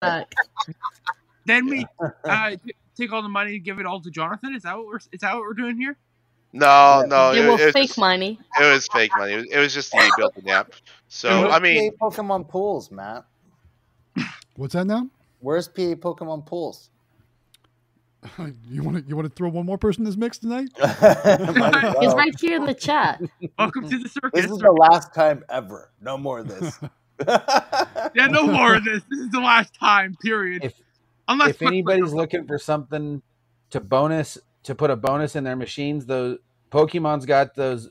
Fuck. Then we uh, t- take all the money and give it all to Jonathan. Is that what we're is that what we're doing here? No, no, it will it, fake was, money. it was fake money. It was, it was just the built-in app. So Mhm. I mean, PA Pokemon pools, Matt. What's that now? Where's PA Pokemon pools? You want to you want to throw one more person in this mix tonight? Might as He's well. right here in the chat. Welcome to the This circus. is the last time ever. No more of this. yeah, no more of this. This is the last time. Period. If- Unless if anybody's looking for something to bonus to put a bonus in their machines, those Pokemon's got those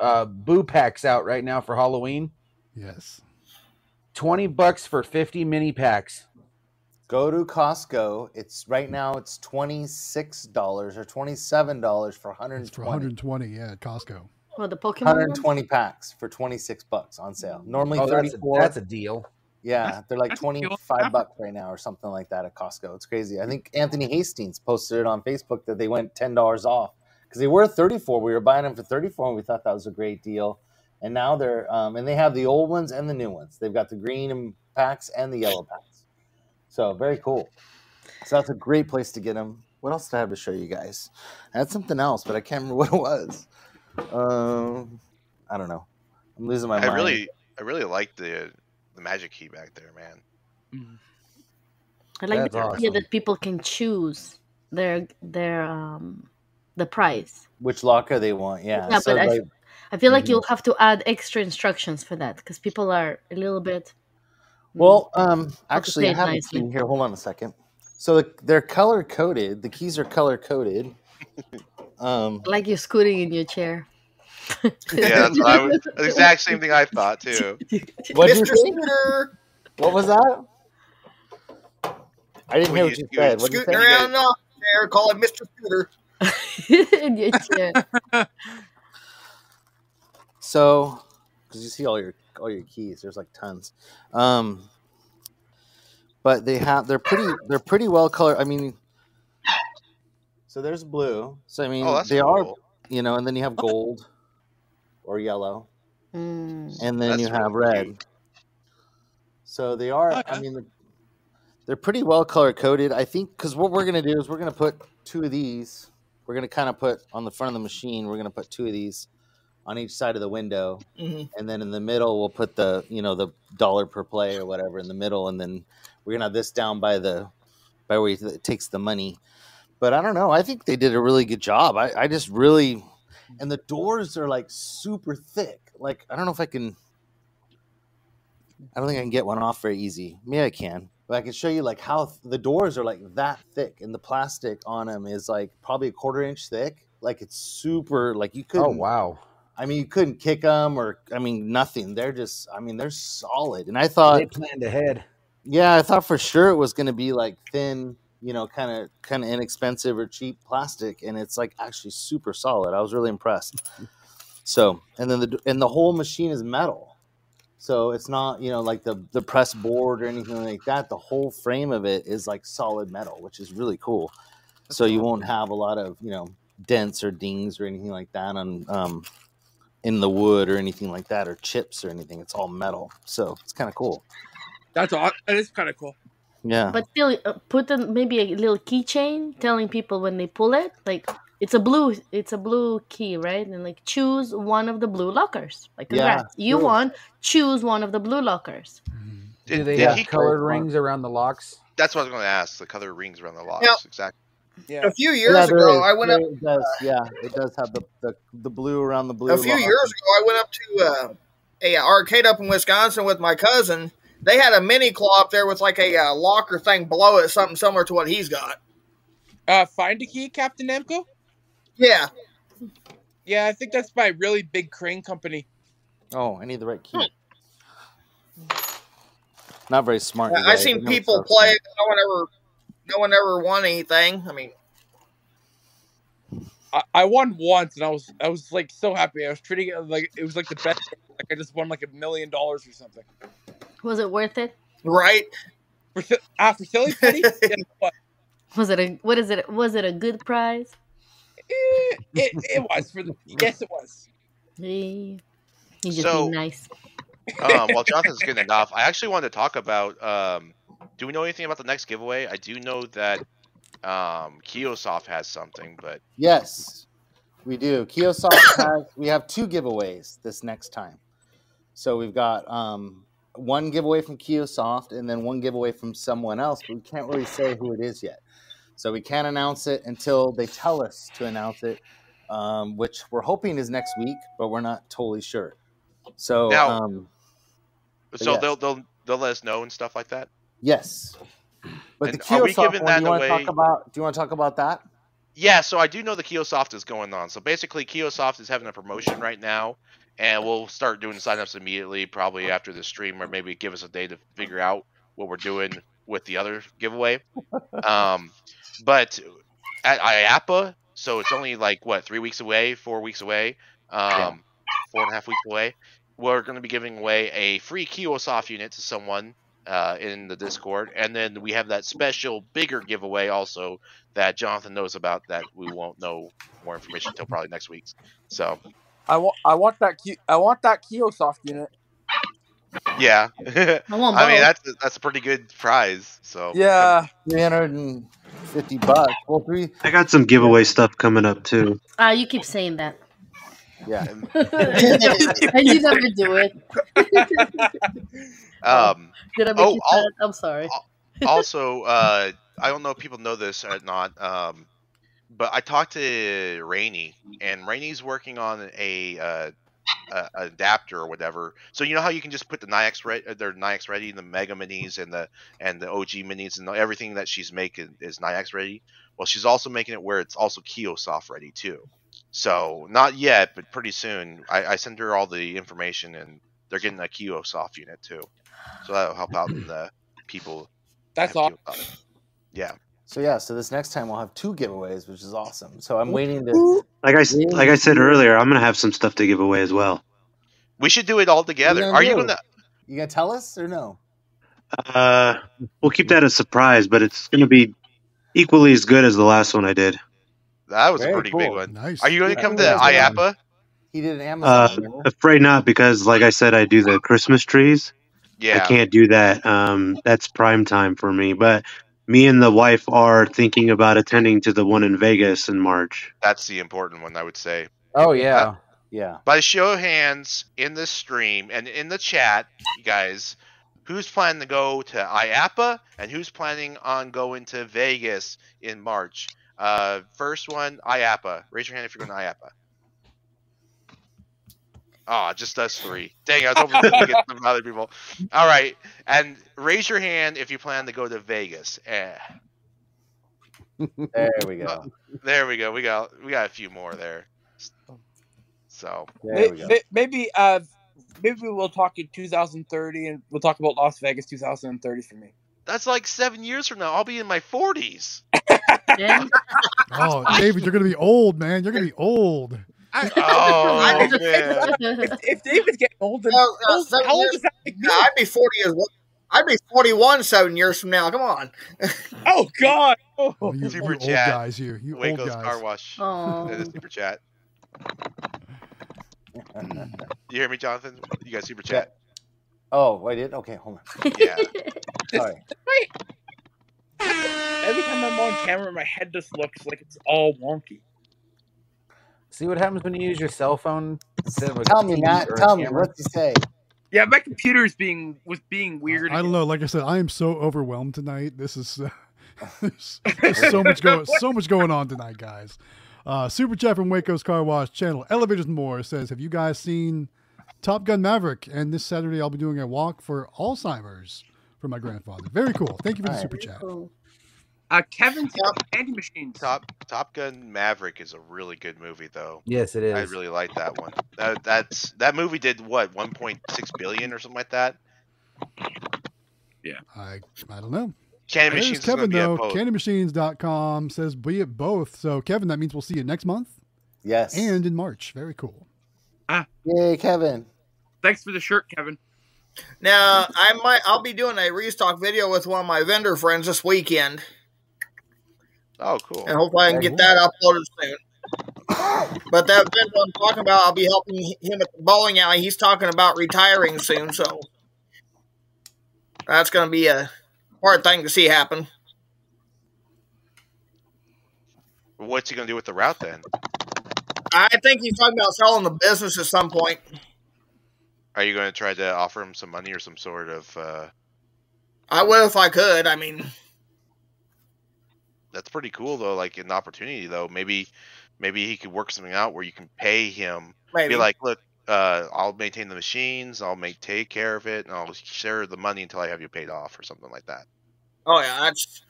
uh, boo packs out right now for Halloween. Yes. Twenty bucks for fifty mini packs. Go to Costco. It's right now. It's twenty six dollars or twenty seven dollars for It's 120, for 120. Yeah, at Costco. Well, the Pokemon. ones? 120 packs for twenty six bucks on sale. Normally Oh, thirty that's a, four. that's a deal. yeah, they're like that's a deal. twenty five bucks right now or something like that at Costco. It's crazy. I think Anthony Hastings posted it on Facebook that they went ten dollars off because they were thirty four. We were buying them for thirty four, and we thought that was a great deal. And now they're um, and they have the old ones and the new ones. They've got the green and- packs and the yellow packs. So very cool. So that's a great place to get them. What else did I have to show you guys? I had something else, but I can't remember what it was. Um, I don't know. I'm losing my I mind. really, I really like the the magic key back there, man. I like That's the idea awesome. that people can choose their their um the price. which locker they want. Yeah. Yeah, so but I- mm. like, I feel like Mhm. you'll have to add extra instructions for that because people are a little bit. well, um, actually, I it have a nicely. key here. Hold on a second. So the, they're color coded. The keys are color coded. Um, like you're scooting in your chair. Yeah, that's, what I was, that's the exact same thing I thought too. what'd you Mr. say? Scooter, What was that? I didn't Well, hear what you- you you- said. What you scooting you say? guys- around in the office there, call it Mr. Scooter. in your chair. So, because you see all your all your keys, there's like tons. Um, but they have they're pretty they're pretty well colored. I mean, so there's blue. So I mean, Oh, that's they are cool. you know, and then you have gold or yellow, Mm. and then That's you have really red. cute. So they are. I Okay. mean, they're pretty well color coded. I think because what we're gonna do is we're gonna put two of these. We're gonna kind of put on the front of the machine. We're gonna put two of these on each side of the window, Mhm. and then in the middle we'll put the you know the dollar per play or whatever in the middle, and then we're gonna have this down by the by where it takes the money. But I don't know. I think they did a really good job. I, I just really and the doors are like super thick. Like I don't know if I can. I don't think I can get one off very easy. Maybe I can, but I can show you like how th- the doors are like that thick, and the plastic on them is like probably a quarter inch thick. Like it's super. Like you couldn't. Oh wow! I mean, you couldn't kick them or I mean nothing. They're just. I mean, they're solid. And I thought they planned ahead. yeah, I thought for sure it was going to be like thin, you know, kind of kind of inexpensive or cheap plastic, and it's like actually super solid. I was really impressed. So, and then the and the whole machine is metal, so it's not you know like the the press board or anything like that. The whole frame of it is like solid metal, which is really cool. So you won't have a lot of you know dents or dings or anything like that on um, in the wood or anything like that or chips or anything. It's all metal, so it's kind of cool. That's all. That is kind of cool. Yeah. But still, uh, put in maybe a little keychain telling people when they pull it, like it's a blue, it's a blue key, right? And like choose one of the blue lockers. Like Yeah, congrats, you true. won. Choose one of the blue lockers. Mhm. Do Did, they did have he, colored rings around the locks? that's what I was going to ask. The color rings around the locks. Yeah. Exactly. A few years Yeah, there ago, is. I went There up. It does, yeah, it does have the, the, the blue around the blue. A few line. years ago, I went up to uh, a arcade up in Wisconsin with my cousin. They had a mini claw up there with like a uh, locker thing below it, something similar to what he's got. Uh, find a key, Captain Namco. Yeah, Yeah, I think that's by a really big crane company. Oh, I need the right key. Not very smart. you Hmm. I guys. seen know it's people not play. smart. it, but No one ever, no one ever won anything. I mean, I, I won once, and I was I was like so happy. I was treating it like it was like the best. Like I just won like a million dollars or something. Was it worth it? right? For, si- ah, for silly putty, yeah, it, was. Was it a what is it? Was it a good prize? Eh, it, it was for the yes, it was. Eh, You just So- be nice. Um, while Jonathan's getting it off, I actually wanted to talk about um, Do we know anything about the next giveaway? I do know that um, Kiosoft has something, but Yes, we do. Kiosoft has we have two giveaways this next time. So we've got um, one giveaway from Kiosoft and then one giveaway from someone else, but we can't really say who it is yet. So we can't announce it until they tell us to announce it, um, which we're hoping is next week, but we're not totally sure. So Now- um, so yes. they'll they'll they'll let us know and stuff like that. yes, but the And are we Kiosoft one, giving do that you want to away? talk about? Do you want to talk about that? Yeah, so I do know the Kiosoft is going on. So basically, Kiosoft is having a promotion right now, and we'll start doing signups immediately, probably after the stream, or maybe give us a day to figure out what we're doing with the other giveaway. Um, but at IAPA, so it's only like what three weeks away, four weeks away, um, four and a half weeks away. We're going to be giving away a free Kiosoft unit to someone uh, in the Discord, and then we have that special bigger giveaway also that Jonathan knows about that we won't know more information until probably next week. So I want I want that Ki- I want that Kiosoft unit. yeah, I mean I want both. that's that's a pretty good prize. So Yeah, Three hundred and fifty bucks. Well, three. I got some giveaway stuff coming up too. Ah, you keep saying that. Yeah. and you never do it. um, Did I make Oh, you I'll- sad? I'm sorry. also, uh, I don't know if people know this or not, um, but I talked to Rainey, and Rainey's working on a. Uh, a a adapter or whatever. So you know how you can just put the Nyx Red, their Nyx Ready, the Mega Minis, and the and the OG Minis, and everything that she's making is Nyx Ready. Well, she's also making it where it's also Kiosoft Ready too. So not yet, but pretty soon. I, I send her all the information, and they're getting a Kiosoft unit too. So that'll help out the people that's have awesome. to give up. So yeah, so this next time we'll have two giveaways, which is awesome. So I'm waiting to Like I s- like I said earlier, I'm gonna have some stuff to give away as well. We should do it all together. Yeah, Are you yeah. gonna? you gonna tell us or no? Uh, we'll keep that a surprise, but it's gonna be equally as good as the last one I did. That was a Very pretty big cool. one. Nice. Are you gonna Yeah, come to that's awesome. IAPA? He did an Amazon. Uh, remember? afraid not, because like I said, I do the Christmas trees. I Yeah. can't do that. Um, that's prime time for me. But me and the wife are thinking about attending to the one in Vegas in March. That's the important one, I would say. Oh yeah. yeah. By show of hands in this stream and in the chat, you guys, who's planning to go to IAPA and who's planning on going to Vegas in March? Uh, first one, IAPA. Raise your hand if you're going to IAPA. Ah, just us three. Dang, I was hoping we could get some other people. All right, and raise your hand if you plan to go to Vegas. Eh. There we Uh, go. There we go. We got we got a few more there. So There we May- go. may- Maybe uh, maybe we'll talk in 2030, and we'll talk about Las Vegas 2030 for me. that's like seven years from now. I'll be in my forties. Yeah. Oh, David, you're gonna be old, man. You're gonna be old. I, Oh I- man. if, if David's getting old, then No, how no, old- seven how old years- does that make me? Yeah, I'd be forty as well. I'd be forty-one seven years from now. Come on. Oh God! Oh. Oh, you, Super you old chat. guys, you. You old Waco's car guys. wash. Oh, in the super chat. You hear me, Jonathan? You got super chat? Oh, I did. Okay, hold Yeah. on. Sorry. Every time I'm on camera, my head just looks like it's all wonky. See what happens when you use your cell phone instead of a Tell me, TV Nat. or a Tell me camera. what you say. Yeah, my computer's being was being weird. I again. don't know. Like I said, I am so overwhelmed tonight. This is uh, there's, there's so much going so much going on tonight, guys. Uh, Super chat from Waco's Car Wash channel. Elevators and more says, "Have you guys seen Top Gun Maverick?" And this Saturday, I'll be doing a walk for Alzheimer's for my grandfather. Very cool. Thank you for the Alright. super chat. cool. Uh, Kevin's got candy machines. Top Top Gun Maverick is a really good movie though. Yes, it is. I really like that one. That, that's that movie did what 1.6 billion or something like that. I I don't know. There's Candy Machines is gonna Kevin be a though. post. Candymachines.com says, "Be it both." So Kevin, that means we'll see you next month Yes. and in March. Very cool. yay, Kevin. Thanks for the shirt, Kevin. Now I might. I'll be doing a restock video with one of my vendor friends this weekend, Oh, cool. and hopefully I can get that uploaded soon. But that vendor I'm talking about, I'll be helping him at the bowling alley. He's talking about retiring soon, so that's going to be a hard thing to see happen. What's he gonna do with the route then? I think he's talking about selling the business at some point. Are you gonna try to offer him some money or some sort of? Uh, I would if I could. I mean, that's pretty cool though. Like an opportunity though. Maybe, maybe he could work something out where you can pay him. maybe. Be like, look, uh, I'll maintain the machines. I'll make take care of it, and I'll share the money until I have you paid off or something like that. oh yeah, that's.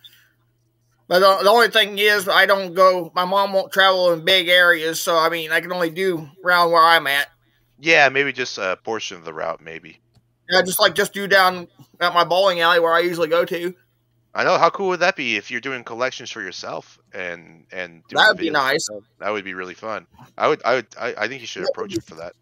But the, the only thing is, I don't go. My mom won't travel in big areas, so I mean, I can only do around where I'm at. Yeah, maybe just a portion of the route. Maybe. Yeah, just like just do down at my bowling alley where I usually go to. I know. How cool would that be if you're doing collections for yourself and and doing That'd be videos? nice. That would be really fun. I would. I would. I, I think you should approach him for that.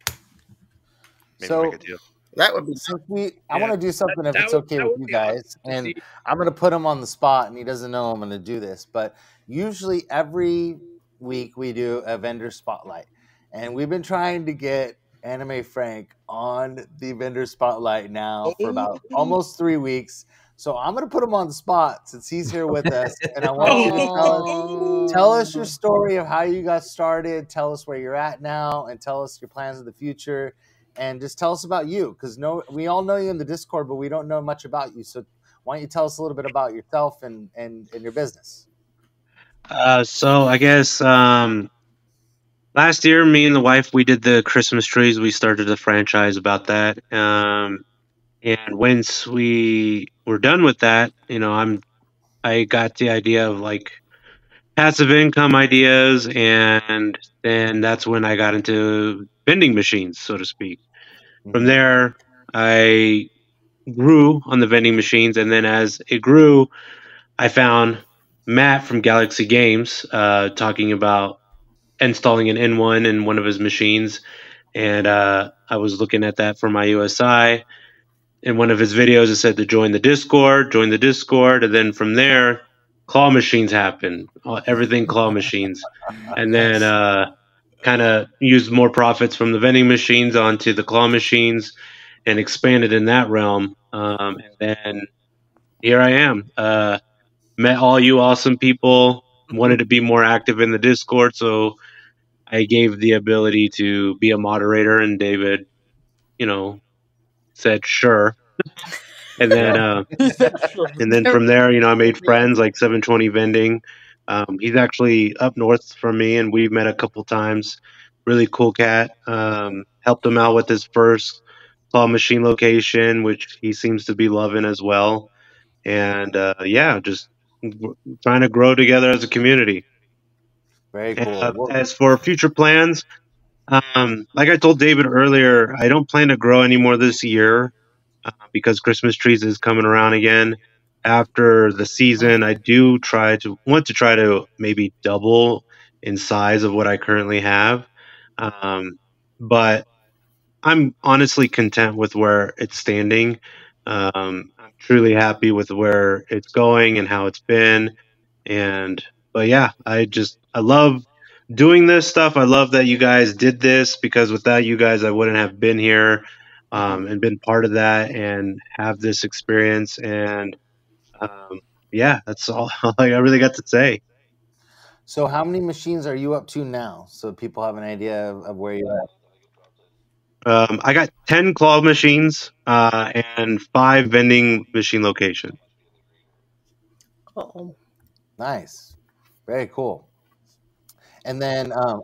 Maybe So- make a deal. That would be. Since we, I Yeah. want to do something if that it's would- okay that with would you be awesome guys, and See, I'm going to put him on the spot, and he doesn't know I'm going to do this. But usually every week we do a vendor spotlight, and we've been trying to get Anime Frank on the vendor spotlight now for about almost three weeks. So I'm going to put him on the spot since he's here with us, and I want you to tell us. Oh. Tell us Um, your story of how you got started. Tell us where you're at now, and tell us your plans of the future. And just tell us about you, because no, we all know you in the Discord, but we don't know much about you. So why don't you tell us a little bit about yourself and and, and your business? Uh, so I guess um, last year, me and the wife we did the Christmas trees. We started a franchise about that. Um, and once we were done with that, you know, I'm I got the idea of like passive income ideas, and then that's when I got into vending machines, so to speak. From there, I grew on the vending machines, and then as it grew, I found Matt from Galaxy Games uh, talking about installing an N1 in one of his machines, and uh, I was looking at that for my USI. In one of his videos, it said to join the Discord, join the Discord, and then from there, claw machines happen. Uh, Everything claw machines, and then uh, kind of used more profits from the vending machines onto the claw machines, and expanded in that realm. Um, and then here I am. Uh, met all you awesome people wanted to be more active in the discord so i gave the ability to be a moderator and david you know said sure and then uh, and then from there you know i made friends like 720 vending um, he's actually up north from me and we've met a couple times really cool cat um, helped him out with his first claw machine location which he seems to be loving as well and uh, yeah just trying to grow together as a community. Very And, cool. uh, Well, as for future plans, um, like I told David earlier, I don't plan to grow anymore this year uh, because Christmas trees is coming around again. After the season, I do try to want to try to maybe double in size of what I currently have, um, but I'm honestly content with where it's standing. Um, I'm truly happy with where it's going and how it's been, and but yeah, I just I love doing this stuff. I love that you guys did this because without you guys, I wouldn't have been here um, and been part of that and have this experience. And um, yeah, that's all I really got to say. so how many machines are you up to now? So people have an idea of, of where you're at. Um, I got 10 claw machines uh, and five vending machine locations. Uh-oh. Nice, very cool. And then um,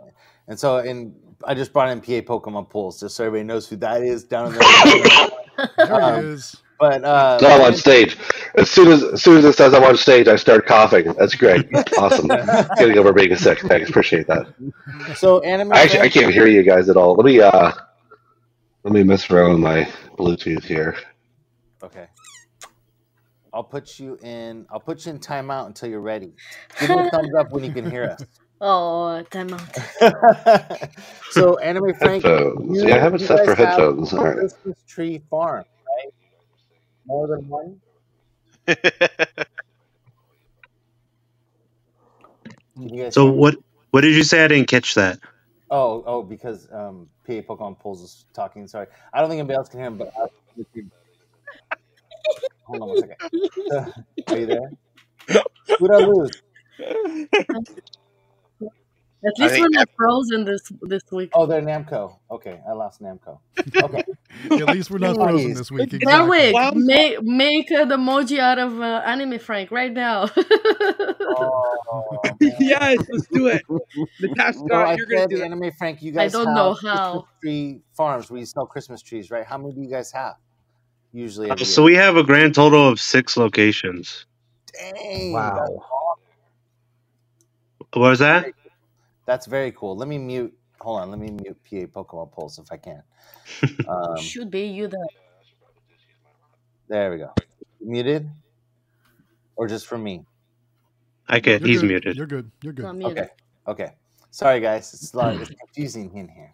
and so and I just brought in PA Pokemon pools just so everybody knows who that is down in the. There he Um, is. but uh, Now I'm on stage. As soon as, as soon as it says I'm on stage, I start coughing. That's great. Awesome. Getting over being sick. Thanks. Appreciate that. so anime. I actually I Frank- can't hear you guys at all. Let me uh let me mess around with my Bluetooth here. Okay. I'll put you in. I'll put you in timeout until you're ready. Give me a thumbs up when you can hear Oh, time out. us. so, Anime Frank, Headphones. you- Yeah, I have it you set for guys have headphones. All a right. Christmas tree farm, right? More than one. Can you guys So hear me? what what did you say? I didn't catch that. Oh, oh, because um, PA Pokemon Pools is talking. Sorry, I don't think anybody else can hear him, but I- Hold on one second. Are you there? Who'd I lose? At I least think we're not frozen this this week. Oh, they're Namco. Okay, I lost Namco. Okay, At least we're not Nice. frozen this week. That Exactly. week, make make an emoji out of uh, anime Frank right now. Oh, yes, let's do it. Natasha, no, I you're gonna said do that. anime Frank. You I guys don't have know how. Christmas tree farms where you sell Christmas trees, right? How many do you guys have? Usually, Uh, every so year? we have a grand total of six locations. Dang, Wow. that- What was that? that's very cool. Let me mute. Hold on, let me mute PA Pokemon Pulse if I can. Um, Should be you that there we go. Muted, or just for me? I can't. You're He's good. muted. You're good. You're not good. muted. Okay. Okay. Sorry, guys. It's a lot. It's confusing in here.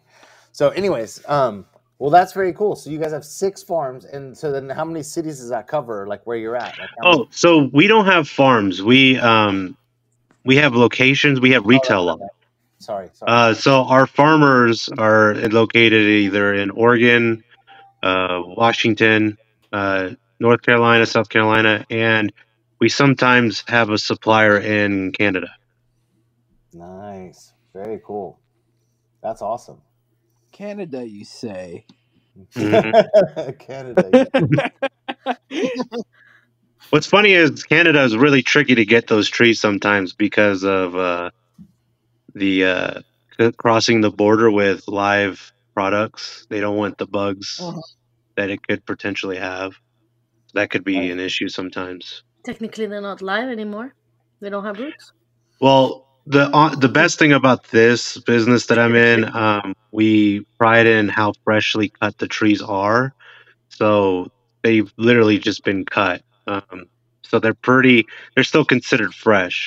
So, anyways, um, well, that's very cool. So you guys have six farms, and so then how many cities does that cover? Like where you're at? Like how many? Oh, so we don't have farms. We um we have locations. We have Oh, that's retail my lot. bad. Sorry, sorry. Uh, so our farmers are located either in Oregon, uh, Washington, uh, North Carolina, South Carolina, and we sometimes have a supplier in Canada. Nice. Very cool. That's awesome. Canada, you say? Mhm. Mm-hmm. Canada. yeah. What's funny is Canada is really tricky to get those trees sometimes because of uh, the uh, c- crossing the border with live products. They don't want the bugs Oh, that it could potentially have. That could be Right. an issue sometimes. technically, they're not live anymore. They don't have roots. Well, the uh, the best thing about this business that I'm in, um, we pride in how freshly cut the trees are. So they've literally just been cut. Um, so they're pretty. They're still considered fresh.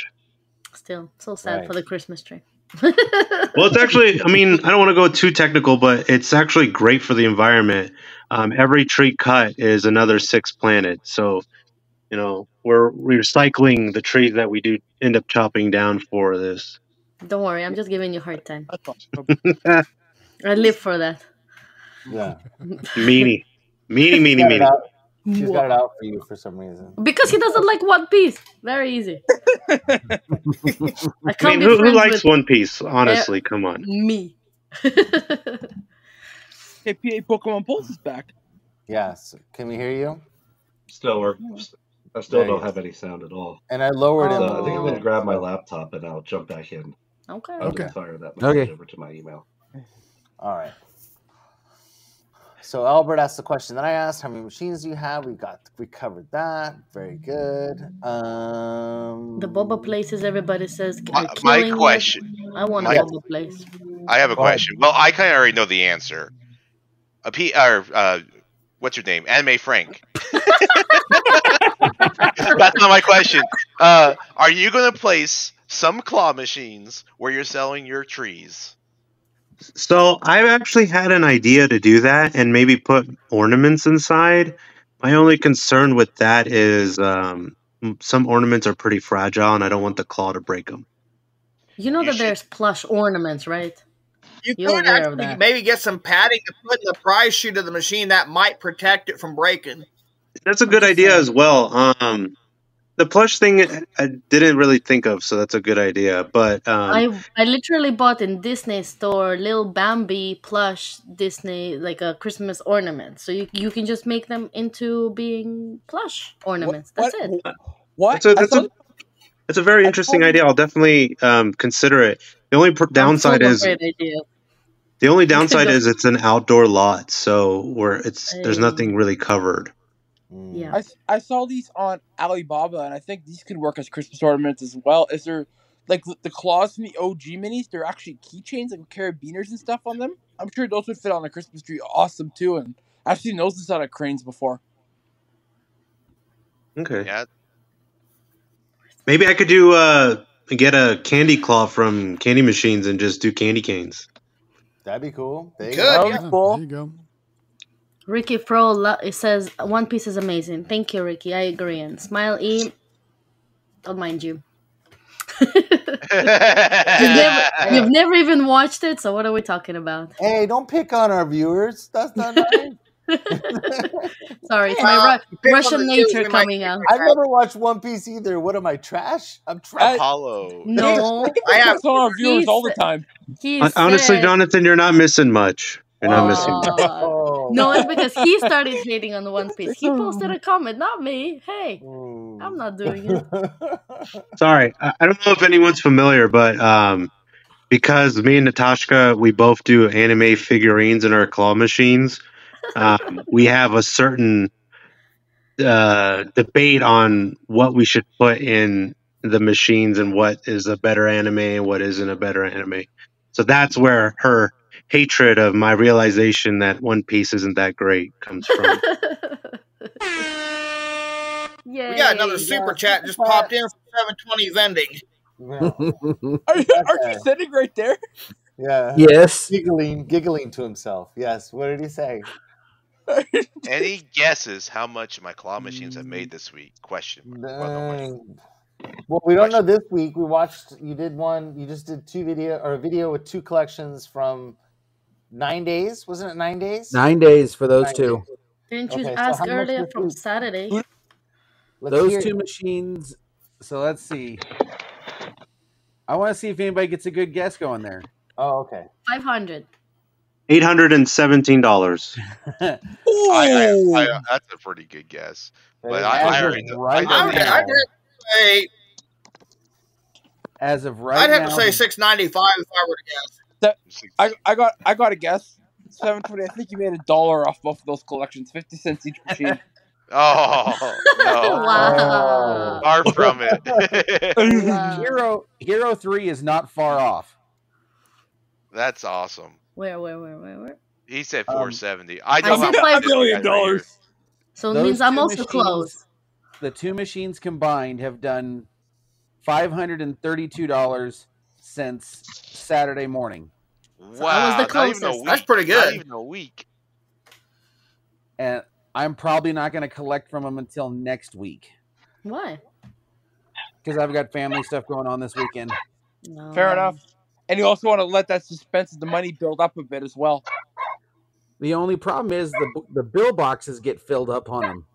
Still, so sad Right. for the Christmas tree. Well, it's actually. I mean, I don't want to go too technical, but it's actually great for the environment. Um, every tree cut is another six planted. So you know we're recycling the trees that we do end up chopping down for this. don't worry, I'm just giving you a hard time. meanie, I live for that. Yeah. meanie, meanie, Got it meanie. out. She's got Mwah. it out for you for some reason. Because he doesn't like One Piece. Very easy. I I can't mean, be who, who friends likes with One Piece? Honestly, come on. me. Hey, PA Pokemon Pulse is back. Yes. Can we hear you? Still, we're, I still There he don't is. have any sound at all. And I lowered him So Uh, I think I'm going there. to oh, grab my So laptop and I'll jump back in okay. after Okay. we fire that message Okay. over to my email. all right. So Albert asked the question that I asked: How many machines do you have? We got we covered that. Very good. Um, The boba places everybody says My, are my killing it. question, I want a my yes. boba place. I have a Go ahead. question. Well, I kind of already know the answer. A P or uh, what's your name? Anime Frank. That's not my question. Uh, are you going to place some claw machines where you're selling your trees? So I've actually had an idea to do that and maybe put ornaments inside. My only concern with that is um, m- some ornaments are pretty fragile, and I don't want the claw to break them. You know You that should. there's plush ornaments, right? You You're could aware of actually that. maybe get some padding to put in the prize chute of the machine that might protect it from breaking. That's a I'm good just idea saying. as well. Um, the plush thing I I didn't really think of, so that's a good idea. But um, I I literally bought in Disney store little Bambi plush Disney like a Christmas ornament. So you you can just make them into being plush What? ornaments. That's What? it. What? that's a I that's a thought. that's a very I interesting thought. idea. I'll definitely um, consider it. The only pr- I'm downside full of is great ideas. The only I downside don't- is it's an outdoor lot, so where it's there's I- nothing really covered. yeah. Mm. I, s- I saw these on Alibaba, and I think these could work as Christmas ornaments as well. Is there like the claws from the OG minis? They're actually keychains, like with carabiners and stuff on them. I'm sure those would fit on a Christmas tree, awesome too. And I've seen those inside of cranes before. Okay. Yeah. Maybe I could do uh get a candy claw from candy machines and just do candy canes. That'd be cool. There you Good. go. That would be Yeah. Yeah, there cool. you go. Ricky Pro lo- it says One Piece is amazing. Thank you, Ricky. I agree. And Smile E, don't mind you. You've never you've never even watched it, so what are we talking about? Hey, don't pick on our viewers. That's not nice. Sorry, it's my Uh, Ru- pick Russian on the Jews, nature we might coming out. I've never watched One Piece either. What am I trash? I'm trash. Apollo. No, I have- That's on our He viewers all the said- time. He Hon- Honestly, said- Jonathan, you're not missing much. You're not missing much. Oh. No, it's because he started hating on the One Piece. He posted a comment, not me. Hey, I'm not doing it. Sorry, I I don't know if anyone's familiar, but um, because me and Natasha, we both do anime figurines in our claw machines. Um, we have a certain uh, debate on what we should put in the machines and what is a better anime and what isn't a better anime. So that's where her hatred of my realization that One Piece isn't that great comes from. We got another super chat just popped in from 720 vending. Are you, are you sitting right there? Yeah. Yes. Giggling, giggling to himself. Yes. What did he say? Any guesses how much my claw machines have made this week? Question. mark. Dang. Well, we don't know this week. We watched. You did one. You just did two video or a video with two collections from nine days. Wasn't it nine days? Nine days for those Nine two. days. Didn't you Okay, so ask how much earlier this from week? Saturday? Let's those hear two it. machines. So let's see. I want to see if anybody gets a good guess going there. Oh, okay. Five hundred. Eight hundred and seventeen dollars. I, I, uh, I, that's a pretty good guess. But I, I already know, I know the I'd, answer. I'd have to say, As of right I'd have to now, say 695 if I were to guess. That, I, I got I got a guess. Seven twenty. I think you made a dollar off both of those collections, fifty cents each machine. Oh no! Wow. Oh. Far from it. Hero Hero Three is not far off. That's awesome. Where, where, where, where, where? He said Um, 470. I I know said how five much you guys are here. So it Those means I'm two also machines- close. The two machines combined have done five hundred and thirty-two dollars since Saturday morning, So I was Wow, the not even a closest. That's week. pretty Not good. even a week. and I'm probably not going to collect from them until next week Why? because I've got family stuff going on this weekend. Fair enough. And you also want to let that suspense of the money build up a bit as well. The only problem is the the bill boxes get filled up on them.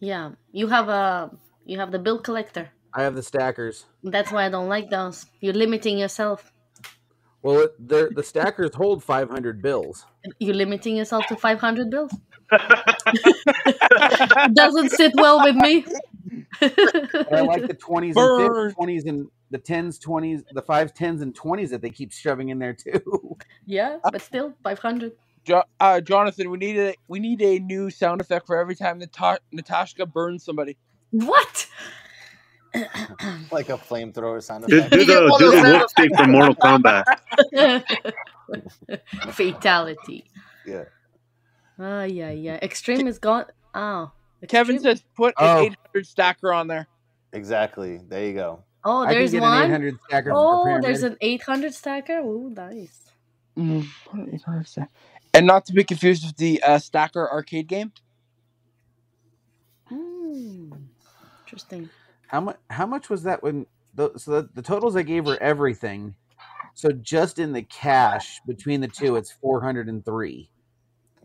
Yeah, you have a you have the bill collector. I have the stackers. That's why I don't like those. You're limiting yourself. Well, it- the the stackers hold 500 bills. You're limiting yourself to 500 bills. Doesn't sit well with me. But I like the 20s and 50s, 20s and the 10s, 20s, the 5 10s and 20s that they keep shoving in there too. Yeah, but still 500. Jo- uh, Jonathan, we need a we need a new sound effect for every time Nata- Natasha burns somebody. What? like a flamethrower sound Do, effect. do the do the wolf thing from Mortal Kombat. Fatality. Yeah. Oh yeah, yeah. Extreme is gone. Oh, Kevin Extreme- says put Oh. an 800 stacker on there. Exactly. There you go. Oh, I can there's get one. an 800 stacker Oh, for there's an 800 stacker. Ooh, nice. Mm, what an 800 stack- and not to be confused with the uh, stacker arcade game. Mm, interesting. How much how much was that when the, so the, the totals I gave were everything. So just in the cash between the two it's 403.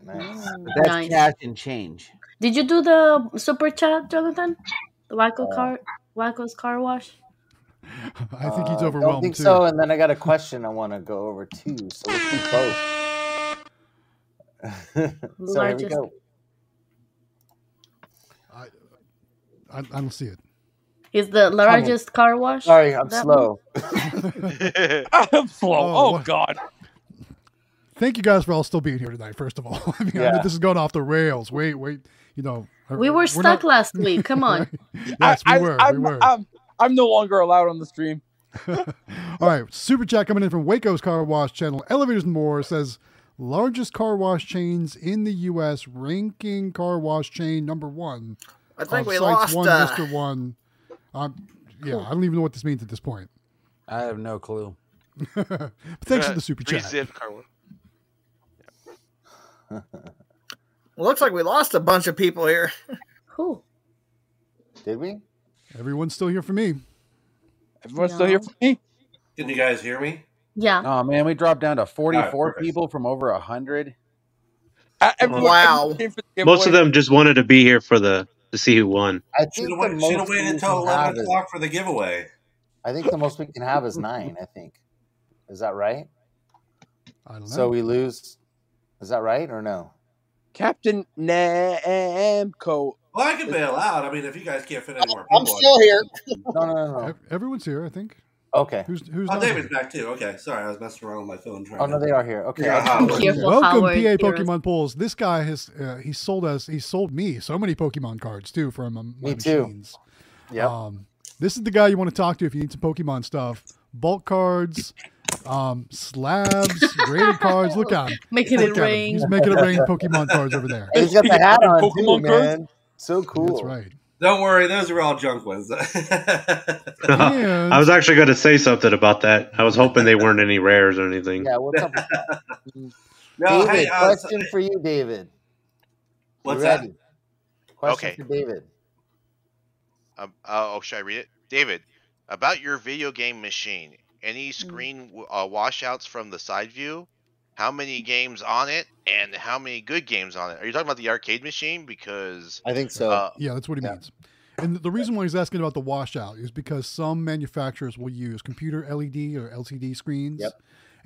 Nice. But that's Nice. cash and change. Did you do the super chat, Jonathan? The Wacko Uh, car, Wacko's car wash. I think he's Uh, overwhelmed Don't think too. so. And then I got a question I want to go over too. So let's do both. so here we Largest. go. I, I don't see it. Is the largest car wash? Sorry, I'm that slow. I'm slow. Oh, Oh, what- God. Thank you guys for all still being here tonight. First of all, I mean, I know Yeah. this is going off the rails. Wait, wait. You know, one? We were we're not- stuck last week. Come on. yes, we I, were. I'm, we were. I'm, I'm no longer allowed on the stream. All right, super chat coming in from Waco's Car Wash Channel. Elevators and more says largest car wash chains in the U.S. ranking car wash chain number one. I on think we sites lost, one, uh, Mister One. Um, yeah, I don't even know what this means at this point. I have no clue. But thanks for the super Three chat. zip, Carlo. Looks like we lost a bunch of people here. Who? Did we? Everyone's still here for me. Everyone's still here No. for me. Can you guys hear me? Yeah. Oh man, we dropped down to 44 perfect. people from over 100. Uh, wow. Most of them just wanted to be here for the to see who won. I Should think have the waited, most should have we waited can till have eleven is- o'clock for the giveaway. I think the most we can have is nine. I think. Is that right? I don't know. So we lose. Is that right or no? Captain Namco. Well, I can bail out. I mean, if you guys can't fit any more people, I'm still here. No, no, no, no. Ev- Everyone's here, I think. Okay. Who's who's Oh, not David's here? back too. Okay, sorry, I was messing around with my phone. Trying Oh no, to- they are here. Okay. Yeah, I just- how- Be careful, Welcome, PA Howard. Here is- Pokemon polls. This guy has uh, he sold us. He sold me so many Pokemon cards too from um, my Me too. machines. Yep. Um, this is the guy you want to talk to if you need some Pokemon stuff. Bulk cards, um, slabs, graded cards. Look at him. Making Look it at him. rain. He's making it rain Pokemon cards over there. He's got the hat on too, Pokemon cards? man. So cool. That's right. Don't worry, those are all junk ones. And- I was actually going to say something about that. I was hoping they weren't any rares or anything. Yeah. What's up? with that? no, David, hey, uh, question for you, David. You what's that? ready? Question Okay. for David. Um, uh, oh, should I read it? David, about your video game machine, Hmm. any screen w- uh, washouts from the side view? How many Hmm. games on it, and how many good games on it? Are you talking about the arcade machine? Because I think so. uh, Yeah, that's what he Yeah. means. And the reason why he's asking about the washout is because some manufacturers will use computer LED or LCD screens. Yep.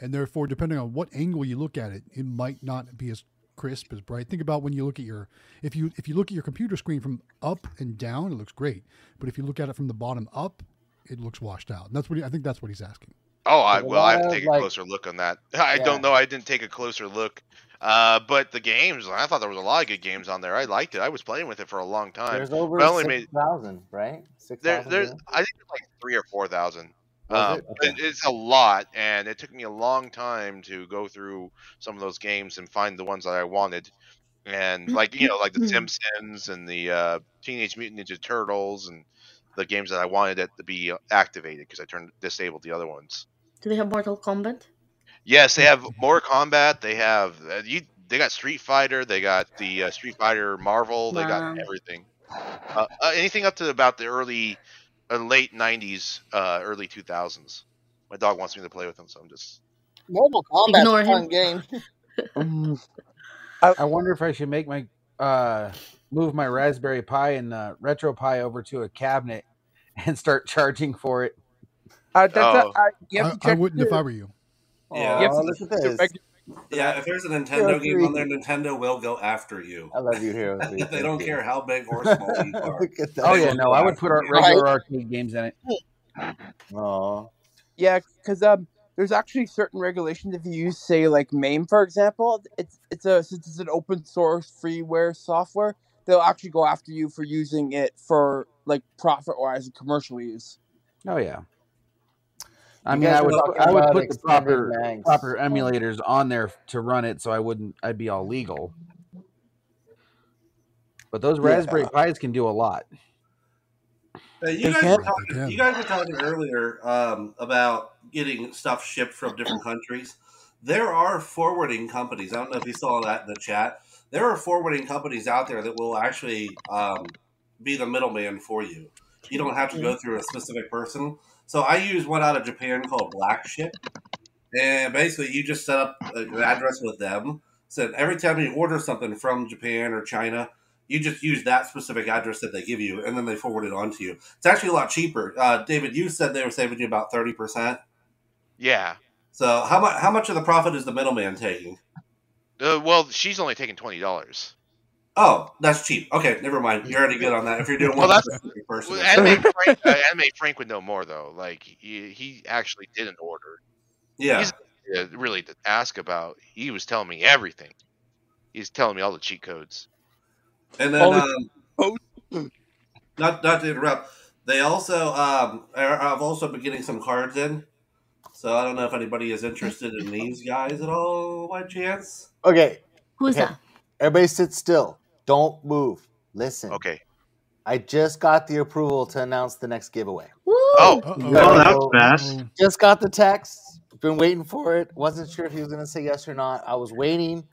And therefore, depending on what angle you look at it, it might not be as crisp as bright. Think about when you look at your if you if you look at your computer screen from up and down, it looks great. But if you look at it from the bottom up, it looks washed out. And that's what he, I think that's what he's asking. oh, I There's a well, I lot have to of, take a like- closer look on that. I Yeah. don't know. I didn't take a closer look. Uh, but the games, I thought there was a lot of good games on there. I liked it. I was playing with it for a long time. There's over But I only six made- thousand, right? Six There, thousand. there's, I think there's like three or four thousand. Was Um, it? but Okay. It's a lot, and it took me a long time to go through some of those games and find the ones that I wanted. Mm. And like you know, like the Simpsons and the uh, Teenage Mutant Ninja Turtles and the games that I wanted that to be activated because I turned disabled the other ones. Do they have Mortal Kombat? Yes, they have Mortal Kombat. They have uh, you. They got Street Fighter. They got the uh, Street Fighter Marvel. They Wow. got everything. Uh, uh, anything up to about the early, uh, late '90s, uh, early 2000s. My dog wants me to play with him, so I'm just. Oh Mortal Kombat's Ignore a fun him. game. Um, I wonder if I should make my uh move my Raspberry Pi and uh, Retro Pi over to a cabinet and start charging for it. uh, that's Oh. a, I, you have I, to I check. wouldn't if I were you. Yeah, Oh, Yep. look at the this. regu- yeah. If there's a Nintendo game on there, Nintendo will go after you. I love you, Hero Three. they Thank don't you. care how big or small you are. look at that. Oh They yeah, will no, go I would after put our you. regular arcade games in it. Aw. Yeah, because um, there's actually certain regulations. If you use, say, like MAME, for example, it's it's a since it's an open source freeware software, they'll actually go after you for using it for like profit wise and commercial use. Oh yeah. I You mean, guys I were would talking I would about put the extended proper mags. proper Oh. emulators on there to run it, so I wouldn't I'd be all legal. But those Raspberry Yeah, Pis can do a lot. Hey, you they Right, guys were can. they talking. You can. guys were talking earlier um, about getting stuff shipped from different countries. There are forwarding companies. I don't know if you saw that in the chat. There are forwarding companies out there that will actually um, be the middleman for you. You don't have to go through a specific person. So I use one out of Japan called Black Ship, and basically you just set up an address with them. So every time you order something from Japan or China, you just use that specific address that they give you, and then they forward it on to you. It's actually a lot cheaper. Uh, David, you said they were saving you about thirty percent. Yeah. So how much how much of the profit is the middleman taking? Uh, well, she's only taking twenty dollars. Oh, that's cheap. Okay, never mind. You're already good on that. If you're doing Well, one that's- specific person, Well, that's anime Frank, uh, anime Frank would know more though. Like he, he actually did an order. yeah. He's uh, really to ask about. He was telling me everything. He's telling me all the cheat codes. And then All the um, not not to interrupt, they also um, are- I've also been getting some cards in. So I don't know if anybody is interested in these guys at all by chance. Okay. Who's Okay. that? Everybody sit still. Don't move. Listen. Okay. I just got the approval to announce the next giveaway. Woo! Oh, Uh No. Oh, oh. that was fast. Just got the text. Been waiting for it. Wasn't sure if he was going to say yes or not. I was waiting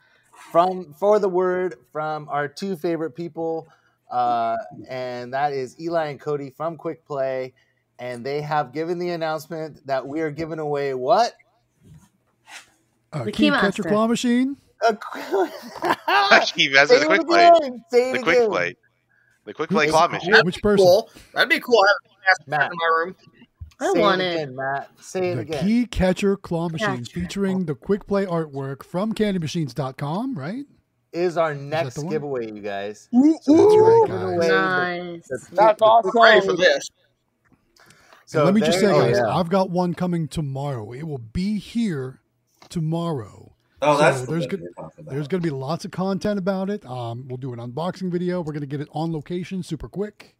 from for the word from our two favorite people, uh, and that is Eli and Cody from Quick Play, and they have given the announcement that we are giving away what A The key catcher Keymaster. claw machine. Keith, that's the Say it quick play. again, say it The quick again. play. The quick play Which- claw machine. That'd Which be Cool. That'd be cool. having one ass in my room. I want it. Matt. Say the Key Catcher Claw Machine featuring the quick play artwork from candymachines.com, right? Is our next giveaway, you guys. So that's right, giving guys. away the- the- That's the- awesome. Ready for this. And let me just say, there- guys, oh, yeah. I've got one coming tomorrow. It will be here tomorrow. Oh, that's the there's thing good, you're talking about. there's going to be lots of content about it. Um, we'll do an unboxing video. We're going to get it on location super quick,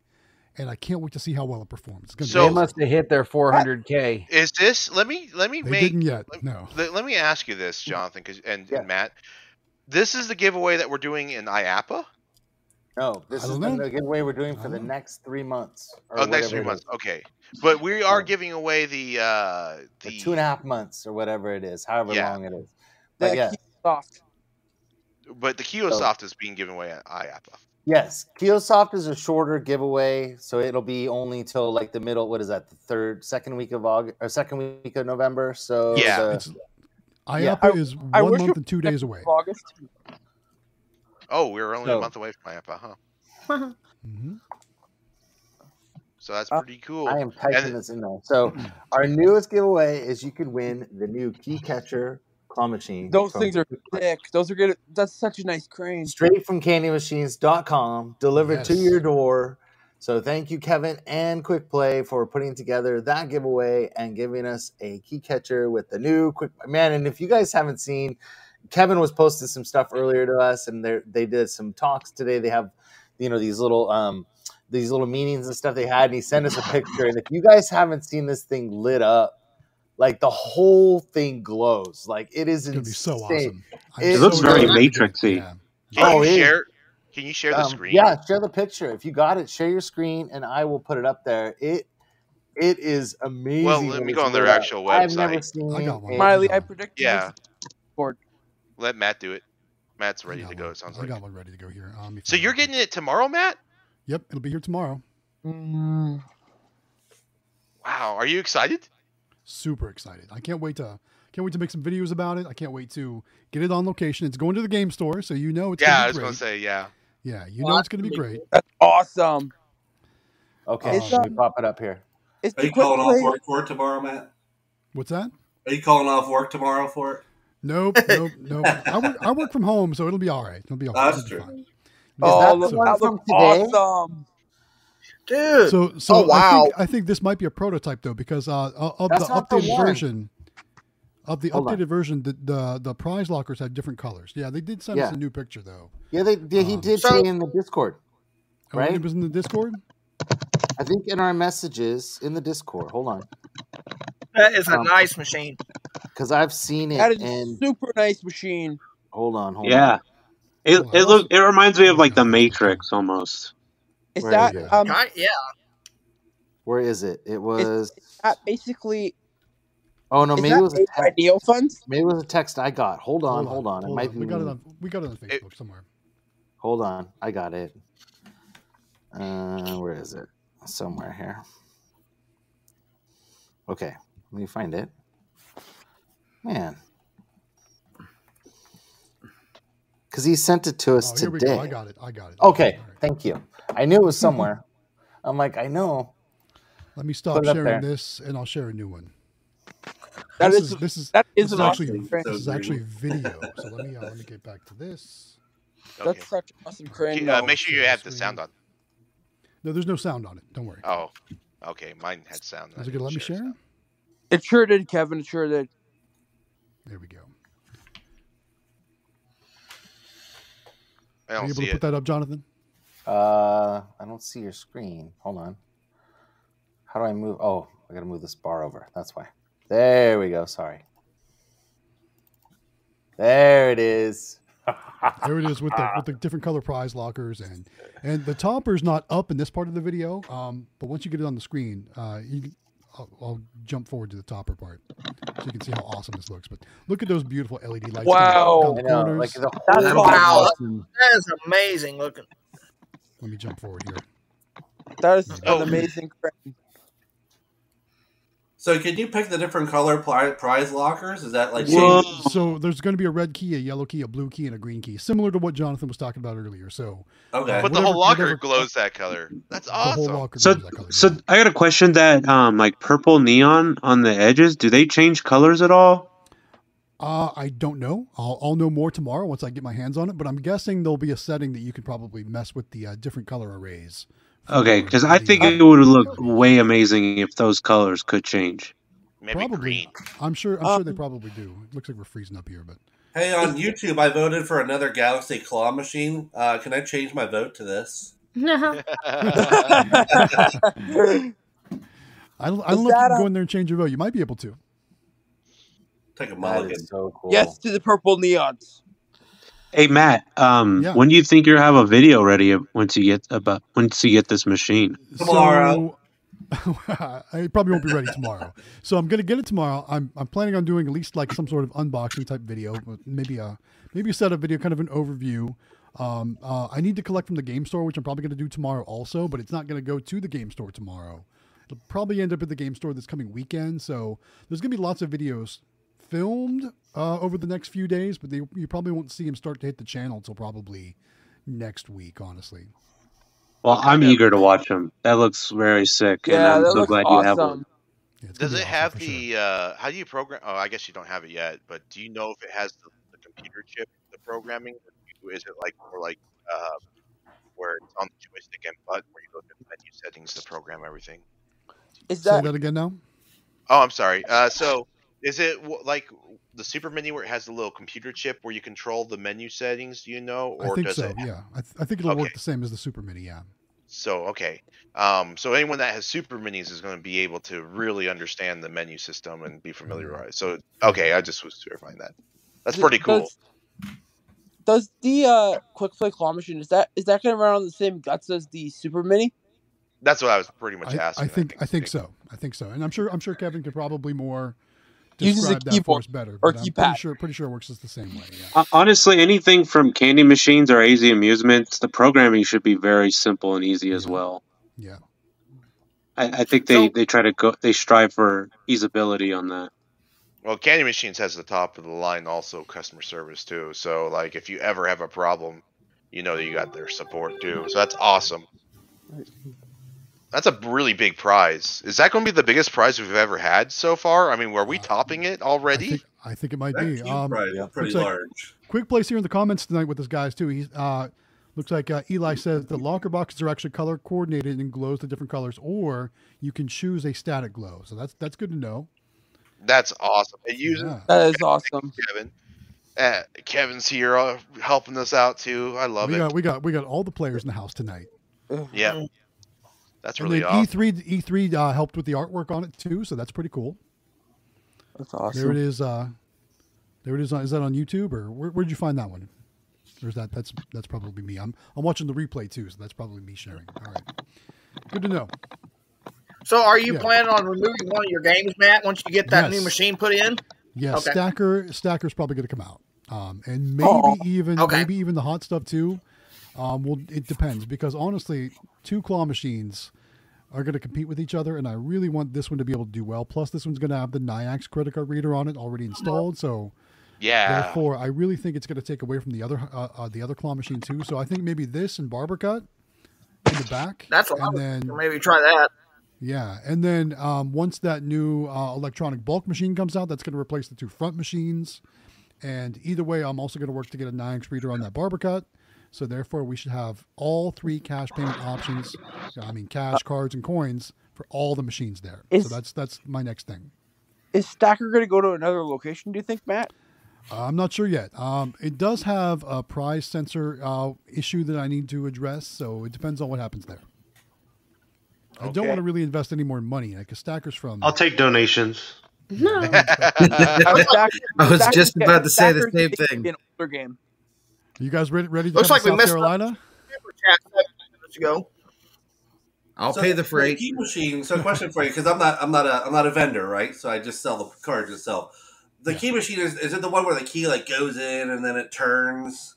and I can't wait to see how well it performs. It's gonna So- they must have hit their 400k. Is this? Let me let me be, they make. didn't yet. No, Mm-hmm. Let, let me ask you this, Jonathan, 'cause- and, and Matt. This is the giveaway that we're doing in IAPA. No, this I is don't the know. the giveaway we're doing for the next three months. Oh, or Oh, next whatever three it months. is. Okay, but we are giving away the uh Or the two and a half months or whatever it is, however Yeah. long it is. That But yeah, key soft. but the Kiosoft is being given away at IAPA. yes, Keosoft is a shorter giveaway, so it'll be only till like the middle. What is that? The third, second week of August or second week of November. So Yeah. the- it's IAPA yeah. is I one wish month it and two days away. August. Oh, we were only a So- month away from IAPA, huh? hmm So that's Uh, pretty cool. I am typing And- this in there. So our newest giveaway is you could win the new key catcher claw machine. Those from- things are thick. Those are good. That's such a nice crane. straight from candymachines.com, delivered to Yes. your door. So thank you, Kevin and Quick Play, for putting together that giveaway and giving us a key catcher with the new Quick Man. And if you guys haven't seen, Kevin was posting some stuff earlier to us, and they they did some talks today. They have, you know, these little um these little meetings and stuff they had, and he sent us a picture. And if you guys haven't seen this thing lit up, like the whole thing glows. Like it is It's going to be so insane. awesome. I'm It so looks very excited to do it. Matrixy. Yeah. Can Oh, you it is. share? Can you share the Um, screen? Yeah, share the picture. If you got it, share your screen, and I will put it up there. It it is amazing. let when me it's go on their lit up. actual I've never website. seen. I got one. a- Miley, got I one. predicted Yeah, board. let Matt do it. Matt's I ready got to go. one. It sounds I like. got one ready to go here. Um, if So you- you're getting it tomorrow, Matt? Yep, it'll be here tomorrow. Mm. Wow, are you excited? Super excited. I can't wait to can't wait to make some videos about it. I can't wait to get it on location. It's going to the game store, so you know it's yeah, I gonna was be gonna great. say yeah. Yeah, you know it's gonna be great. Awesome. Okay, It's, let me um, pop it up here. It's Are the you quick calling off play. work for it tomorrow, Matt? What's that? Are you calling off work tomorrow for it? Nope, nope, nope. I work I work from home, so it'll be all right. It'll be all right. That's It'll be true. fine. Is Oh, that the look, so- one that from looks today? um, awesome. Dude. So so oh, wow. I think I think this might be a prototype though, because uh o- of That's the not the updated one. version. Of the Hold on. updated version, the, the the prize lockers have different colors. Yeah, they did send us Yeah. a new picture though. Yeah, they, they he Um, did So- say in the Discord. Oh, and Right? it was in the Discord. I think in our messages in the Discord. Hold on, That is a Um, nice machine. because I've seen That it. is a And super nice machine. hold on, hold on. Yeah. It, Hold on, it what's- look it reminds me of what's like the that picture? Matrix almost. Is Where is that it? um? Ki- yeah. Where is it? It Is was. that basically? Oh no, Is maybe it that was a made by text. Neo Funds? Maybe it was a text I got. Hold Hold on, on, Um, hold on. It hold might on. be We got it me. on we got it on Facebook somewhere. Hold on, I got it. Uh, where is it? Somewhere here. Okay, let me find it. Man, because he sent it to us Oh, here we go. I today. got it. I got it. Okay, all right. thank you. I knew it was somewhere. I'm like, I know. Let me Put stop it up sharing there. this, and I'll share a new one. That this is is this is that this is is an actually awesome crane. So this is actually green. video. So let me uh, let me get back to this. Okay. That's such an awesome Ki- crane, Uh, though. make sure you Share have the sound screen. on. No, there's no sound on it. Don't worry. Oh, okay. Mine had sound. and Is I it gonna didn't let me share share? sound. It sure did, Kevin. It sure did. There we go. Are I you don't able see to put it. that up, Jonathan? Uh, I don't see your screen. Hold on. How do I move? Oh, I gotta move this bar over. That's why. There we go. Sorry. There it is. There it is with the with the different color prize lockers and and the topper's not up in this part of the video. Um, but once you get it on the screen, uh, you can, I'll, I'll jump forward to the topper part so you can see how awesome this looks. But look at those beautiful LED lights down, Wow. down the I know. Like corners. the That's whole. awesome. Wow. Awesome. That is amazing looking. Let me jump forward here. Oh, That is There we an go. Oh, amazing crane. So can you pick the different color pli- prize lockers? Is that like So, so there's going to be a red key, a yellow key, a blue key, and a green key, similar to what Jonathan was talking about earlier. So Okay. But the whole locker glows that color. That's awesome. So, so I got a question that um, like purple neon on the edges, do they change colors at all? uh, I don't know. I'll, I'll know more tomorrow once I get my hands on it. But I'm guessing there'll be a setting that you can probably mess with the uh, different color arrays. Okay, because I think it would look way amazing if those colors could change. Maybe probably. I'm sure. I'm sure they probably do. It looks like we're freezing up here, but Hey, on YouTube, I voted for another Galaxy Claw machine. Uh, can I change my vote to this? I don't, I don't know if you can go in there and change your vote. You might be able to. Take a mulligan. So cool. Yes to the purple neons. Hey Matt, um, Yeah. when do you think you'll have a video ready of- once you get about once you get this machine? Tomorrow. So, I probably won't be ready tomorrow. so I'm gonna get it tomorrow. I'm I'm planning on doing at least like some sort of unboxing type video, but maybe a maybe a setup video, kind of an overview. Um, uh, I need to collect from the game store, which I'm probably gonna do tomorrow also, but it's not gonna go to the game store tomorrow. It'll probably end up at the game store this coming weekend. So there's gonna be lots of videos filmed uh, over the next few days, but they, you probably won't see them start to hit the channel till probably next week, honestly. Well, I'm eager to watch them. That looks very sick, Yeah, and I'm that so looks glad you have one. awesome. Does it have the? Uh, how do you program? Oh, I guess you don't have it yet. But do you know if it has the, the computer chip, the programming? Or Is it like more like uh, where it's on the joystick and button where you go to the menu settings to program everything? Is Say that that again now? Oh, I'm sorry. Uh, so is it w- like the super menu where it has the little computer chip where you control the menu settings? Do you know, or I think does so. it? Yeah, I, th- I think it'll work the same as the Super Mini. Yeah, So okay, um, so anyone that has super minis is going to be able to really understand the menu system and be familiarized. So okay, I just was verifying that. That's Th- pretty cool. Does, does the uh, quick play claw machine is that is that going to run on the same guts as the super mini? That's what I was pretty much I, asking. I think I think so. I think so, and I'm sure I'm sure Kevin could probably more Uses a describe that for keyboard us better. or But I'm pretty keypad. sure pretty sure it works just the same way. Yeah. Hon- Uh, Honestly, anything from candy machines or AZ Amusements, the programming should be very simple and easy as well. Yeah. I, I think they, they try to go they strive for easeability on that. Well, Candy Machines has the top of the line also customer service too. So like if you ever have a problem, you know that you got their support too. So that's awesome. That's a really big prize. Is that going to be the biggest prize we've ever had so far? I mean, were we topping it already? Uh, I think it might That be. cube Um, prize is pretty looks like- large. quick place here in the comments tonight with this guys too. He's uh, looks like uh, Eli says the locker boxes are actually color coordinated and glows the different colors, or you can choose a static glow. So that's that's good to know. That's awesome. It uses That is awesome. Kevin. Uh, Kevin's here uh, helping us out too. I love we it. got we got we got all the players in the house tonight. Yeah, that's and E really then awesome. E3 E3 uh, helped with the artwork on it too, so that's pretty cool. That's There it is. Uh, there it is. On, is that on YouTube or where where did you find that one? Or is that that's that's probably me. I'm I'm watching the replay too, so that's probably me sharing. All right, good to know. So, are you Yeah. planning on removing one of your games, Matt, once you get that new Yes. machine put in? Yeah, Okay. Stacker Stacker's probably going to come out, um, and maybe Oh, even okay. maybe even the hot stuff too. Um, well, it depends because honestly, two claw machines are going to compete with each other, and I really want this one to be able to do well. Plus, this one's going to have the Niax credit card reader on it already installed, so Yeah. therefore, I really think it's going to take away from the other uh, uh, the other claw machine too. So I think maybe this and Barber Cut in the back. That's a And lot. then- maybe try that. Yeah, and then um, once that new uh, electronic bulk machine comes out, that's going to replace the two front machines. And either way, I'm also going to work to get a 9x reader on that barber cut. So therefore, we should have all three cash payment options. I mean, cash, cards, and coins for all the machines there. so Is- that's that's my next thing. Is Stacker going to go to another location? Do you think, Matt? Uh, I'm not sure yet. Um, it does have a prize sensor uh, issue that I need to address. So it depends on what happens there. I don't Okay. want to really invest any more money. Like a stacker's from. I'll take donations. No. I was just about to say the Stacker's same big thing. In older game. You guys ready, ready to Looks come like to we South messed up. Carolina? Chat seven minutes ago. I'll So pay the the freight. key machine. So, question for you, because I'm not, I'm not a, I'm not a vendor, right? So I just sell the cards itself. The key machine is, is it the one where the key like goes in and then it turns,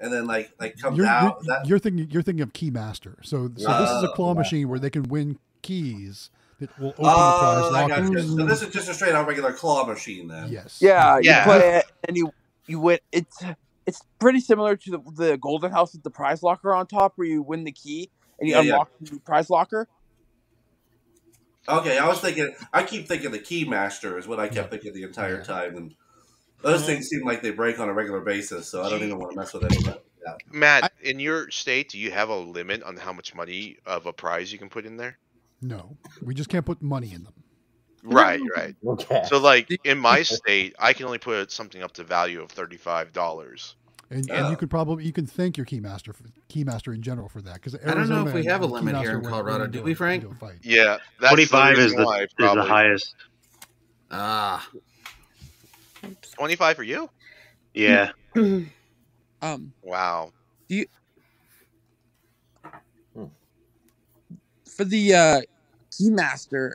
and then like like comes You're, out? you're, Is that you're thinking you're thinking of Keymaster. So so this is a Oh, claw yeah. machine where they can win keys It will open Oh, the I prize got locker. you. So this is just a straight out regular claw machine then. Yes. Yeah, Yeah. you play it and you you win. It's it's pretty similar to the, the Golden House with the prize locker on top, where you win the key and you Yeah, yeah. unlock the prize locker. Okay, I was thinking. I keep thinking the Keymaster is what I kept thinking the entire time, and those things seem like they break on a regular basis. So I don't even want to mess with any of that. Yeah. Matt, in your state, do you have a limit on how much money of a prize you can put in there? No, we just can't put money in them. Right, right. Okay. So, like in my state, I can only put something up to value of thirty-five dollars. And, and you could probably you can thank your keymaster for, keymaster in general for that because I don't know if we have a limit here in Colorado, do we, Frank? Yeah, that's the 25 is reason the- why, is the probably. highest. Ah, Twenty-five for you? Yeah. Um. Wow. Do you Hmm. for the uh, Keymaster?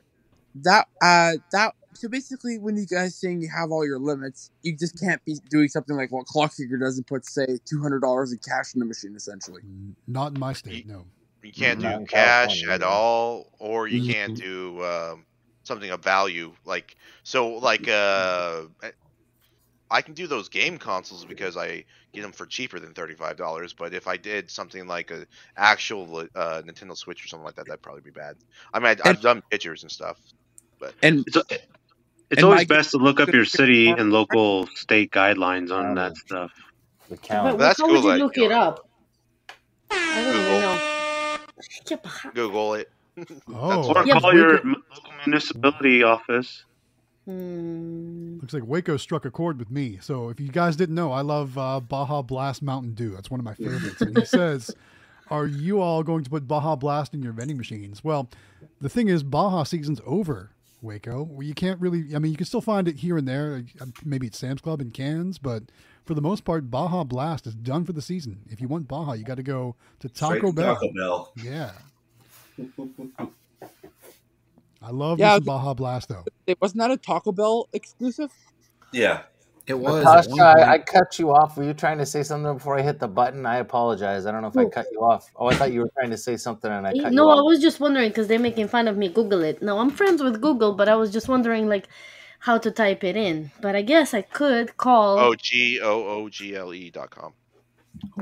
That uh, that so basically, when you guys saying you have all your limits, you just can't be doing something like what Clockseeker does and put say two hundred dollars in cash in the machine, essentially. Not in my state, no. You can't Not in do cash California, at yeah. all, or you Mhm. can't do um, something of value. Like so, like uh, I- I can do those game consoles because I get them for cheaper than thirty-five dollars. But if I did something like a actual uh, Nintendo Switch or something like that, that'd probably be bad. I mean, I, I've done pictures and stuff, but and It's, it's always best to look up your city and local state guidelines on that stuff. The But count. wh- how would you look it up? I don't even know. Yeah, but how- Google it. Oh. or Yeah, call but we your could- m- local municipality office. Hmm. Looks like Waco struck a chord with me. So if you guys didn't know, I love uh, Baja Blast Mountain Dew. That's one of my favorites. and he says, "Are you all going to put Baja Blast in your vending machines?" Well, the thing is, Baja season's over. Waco, Well, you can't really. I mean, you can still find it here and there. like, uh, Maybe at Sam's Club in cans, but for the most part, Baja Blast is done for the season. If you want Baja, you got to go to Taco Straight to Bell. Taco Bell. Yeah, I love Yeah, yeah, I this Baja Blast though. It wasn't that a Taco Bell exclusive? Yeah. It Natasha, I, I cut you off. Were you trying to say something before I hit the button? I apologize. I don't know if I cut you off. Oh, I thought you were trying to say something and I cut no, you off. I was just wondering because they're making fun of me. Google it. No, I'm friends with Google, but I was just wondering like how to type it in. But I guess I could call Oh, O G O O G L E dot com.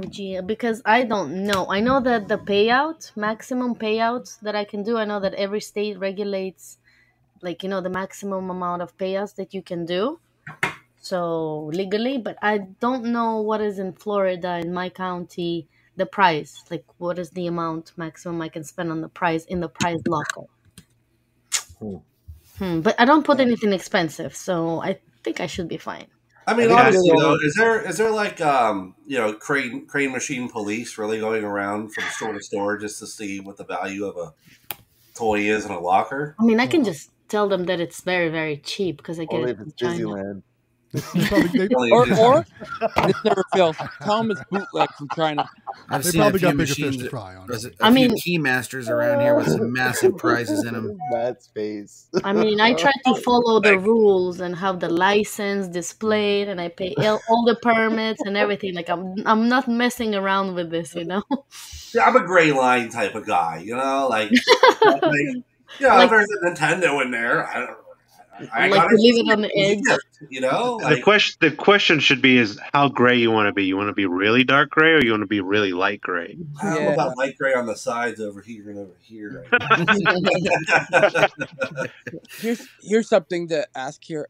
Gee, because I don't know. I know that the payout, maximum payout that I can do, I know that every state regulates, like, you know, the maximum amount of payouts that you can do. So legally, but I don't know what is in Florida, in my county, the price. Like, what is the amount maximum I can spend on the price in the prize locker? Hmm, but I don't put anything expensive, so I think I should be fine. I I mean, think I honestly, will. though, is there is there like um you know crane crane machine police really going around from store to store just to see what the value of a toy is in a locker? I mean, I can just tell them that it's very, very cheap because I get it Only if from it's China. Disneyland. Only or, just- or this never fails. Tell him it's bootleg from China. I've seen a few machines, that- a, I a few mean- uh, keymasters around here with some massive prizes in them. Matt's face. I mean, Uh, I try to follow the rules and have the license displayed, and I pay el- all the permits and everything. Like I'm, I'm not messing around with this, you know. Yeah, I'm a gray line type of guy, you know, like, like yeah, Like- there's a Nintendo in there. I don't. I, I Like got you leave it on the gift, you know. the Like, question the question should be is how gray you want to be. You want to be really dark gray or you want to be really light gray? I don't know about light gray on the sides over here and over here. Right now. here's here's something to ask here.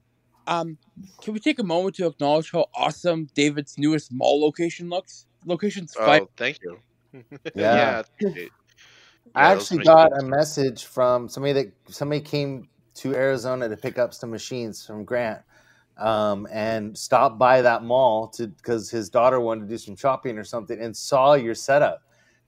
Um, can we take a moment to acknowledge how awesome David's newest mall location looks? Location's five. Oh, thank you. Yeah. appreciate it. I Yeah, those actually machines- got a message from somebody that somebody came to Arizona to pick up some machines from Grant, um, and stopped by that mall to because his daughter wanted to do some shopping or something, and saw your setup,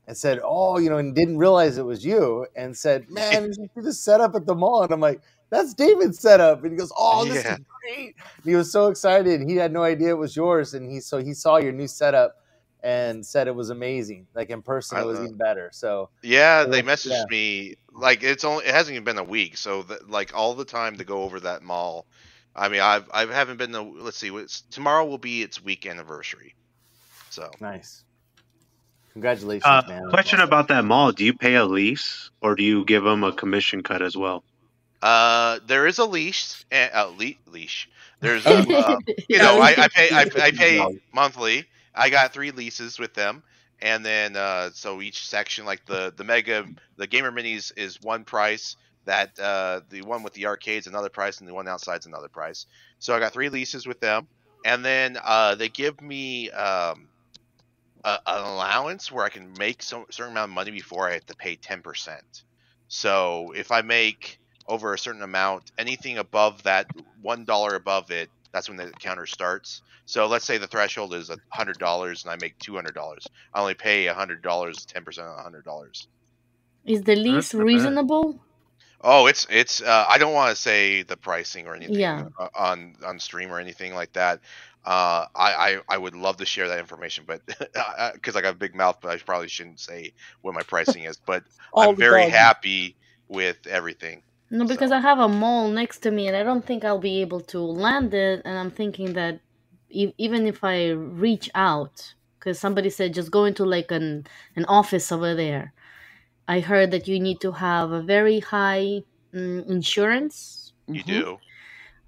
and said, "Oh, you know," and didn't realize it was you, and said, "Man, you should do the setup at the mall," and I'm like, "That's David's setup," and he goes, "Oh, this Yeah. is great!" And he was so excited, he had no idea it was yours, and he so he saw your new setup and said it was amazing. Like in person, I it was know. even better. So. Yeah, they Like, messaged yeah. me like it's only it hasn't even been a week, so that, like all the time to go over that mall. I mean, I've I haven't been to let's see, it's, tomorrow will be its week anniversary. So Nice. Congratulations, Uh, man. question about that mall: Do you pay a lease or do you give them a commission cut as well? Uh, there is a leash, and uh, le- leash. There's, a, uh, you know, I, I pay, I, I pay monthly. I got three leases with them, and then uh, so each section, like the the mega, the gamer minis is one price. That uh, the one with the arcade's another price, and the one outside's another price. So I got three leases with them, and then uh, they give me um, a, an allowance where I can make some certain amount of money before I have to pay ten percent. So if I make over a certain amount, anything above that one dollar above it, that's when the counter starts. So let's say the threshold is hundred dollars and I make two hundred dollars. I only pay hundred dollars, ten percent on hundred dollars. Is the lease not bad. reasonable? Oh, it's it's. Uh, I don't want to say the pricing or anything Yeah. uh, on on stream or anything like that. Uh, I, I I would love to share that information, but because I got a big mouth, but I probably shouldn't say what my pricing is. But All I'm the very dog. happy with everything. No, because I have a mole next to me, and I don't think I'll be able to land it. And I'm thinking that e- even if I reach out, because somebody said just go into like an an office over there. I heard that you need to have a very high mm, insurance, You do.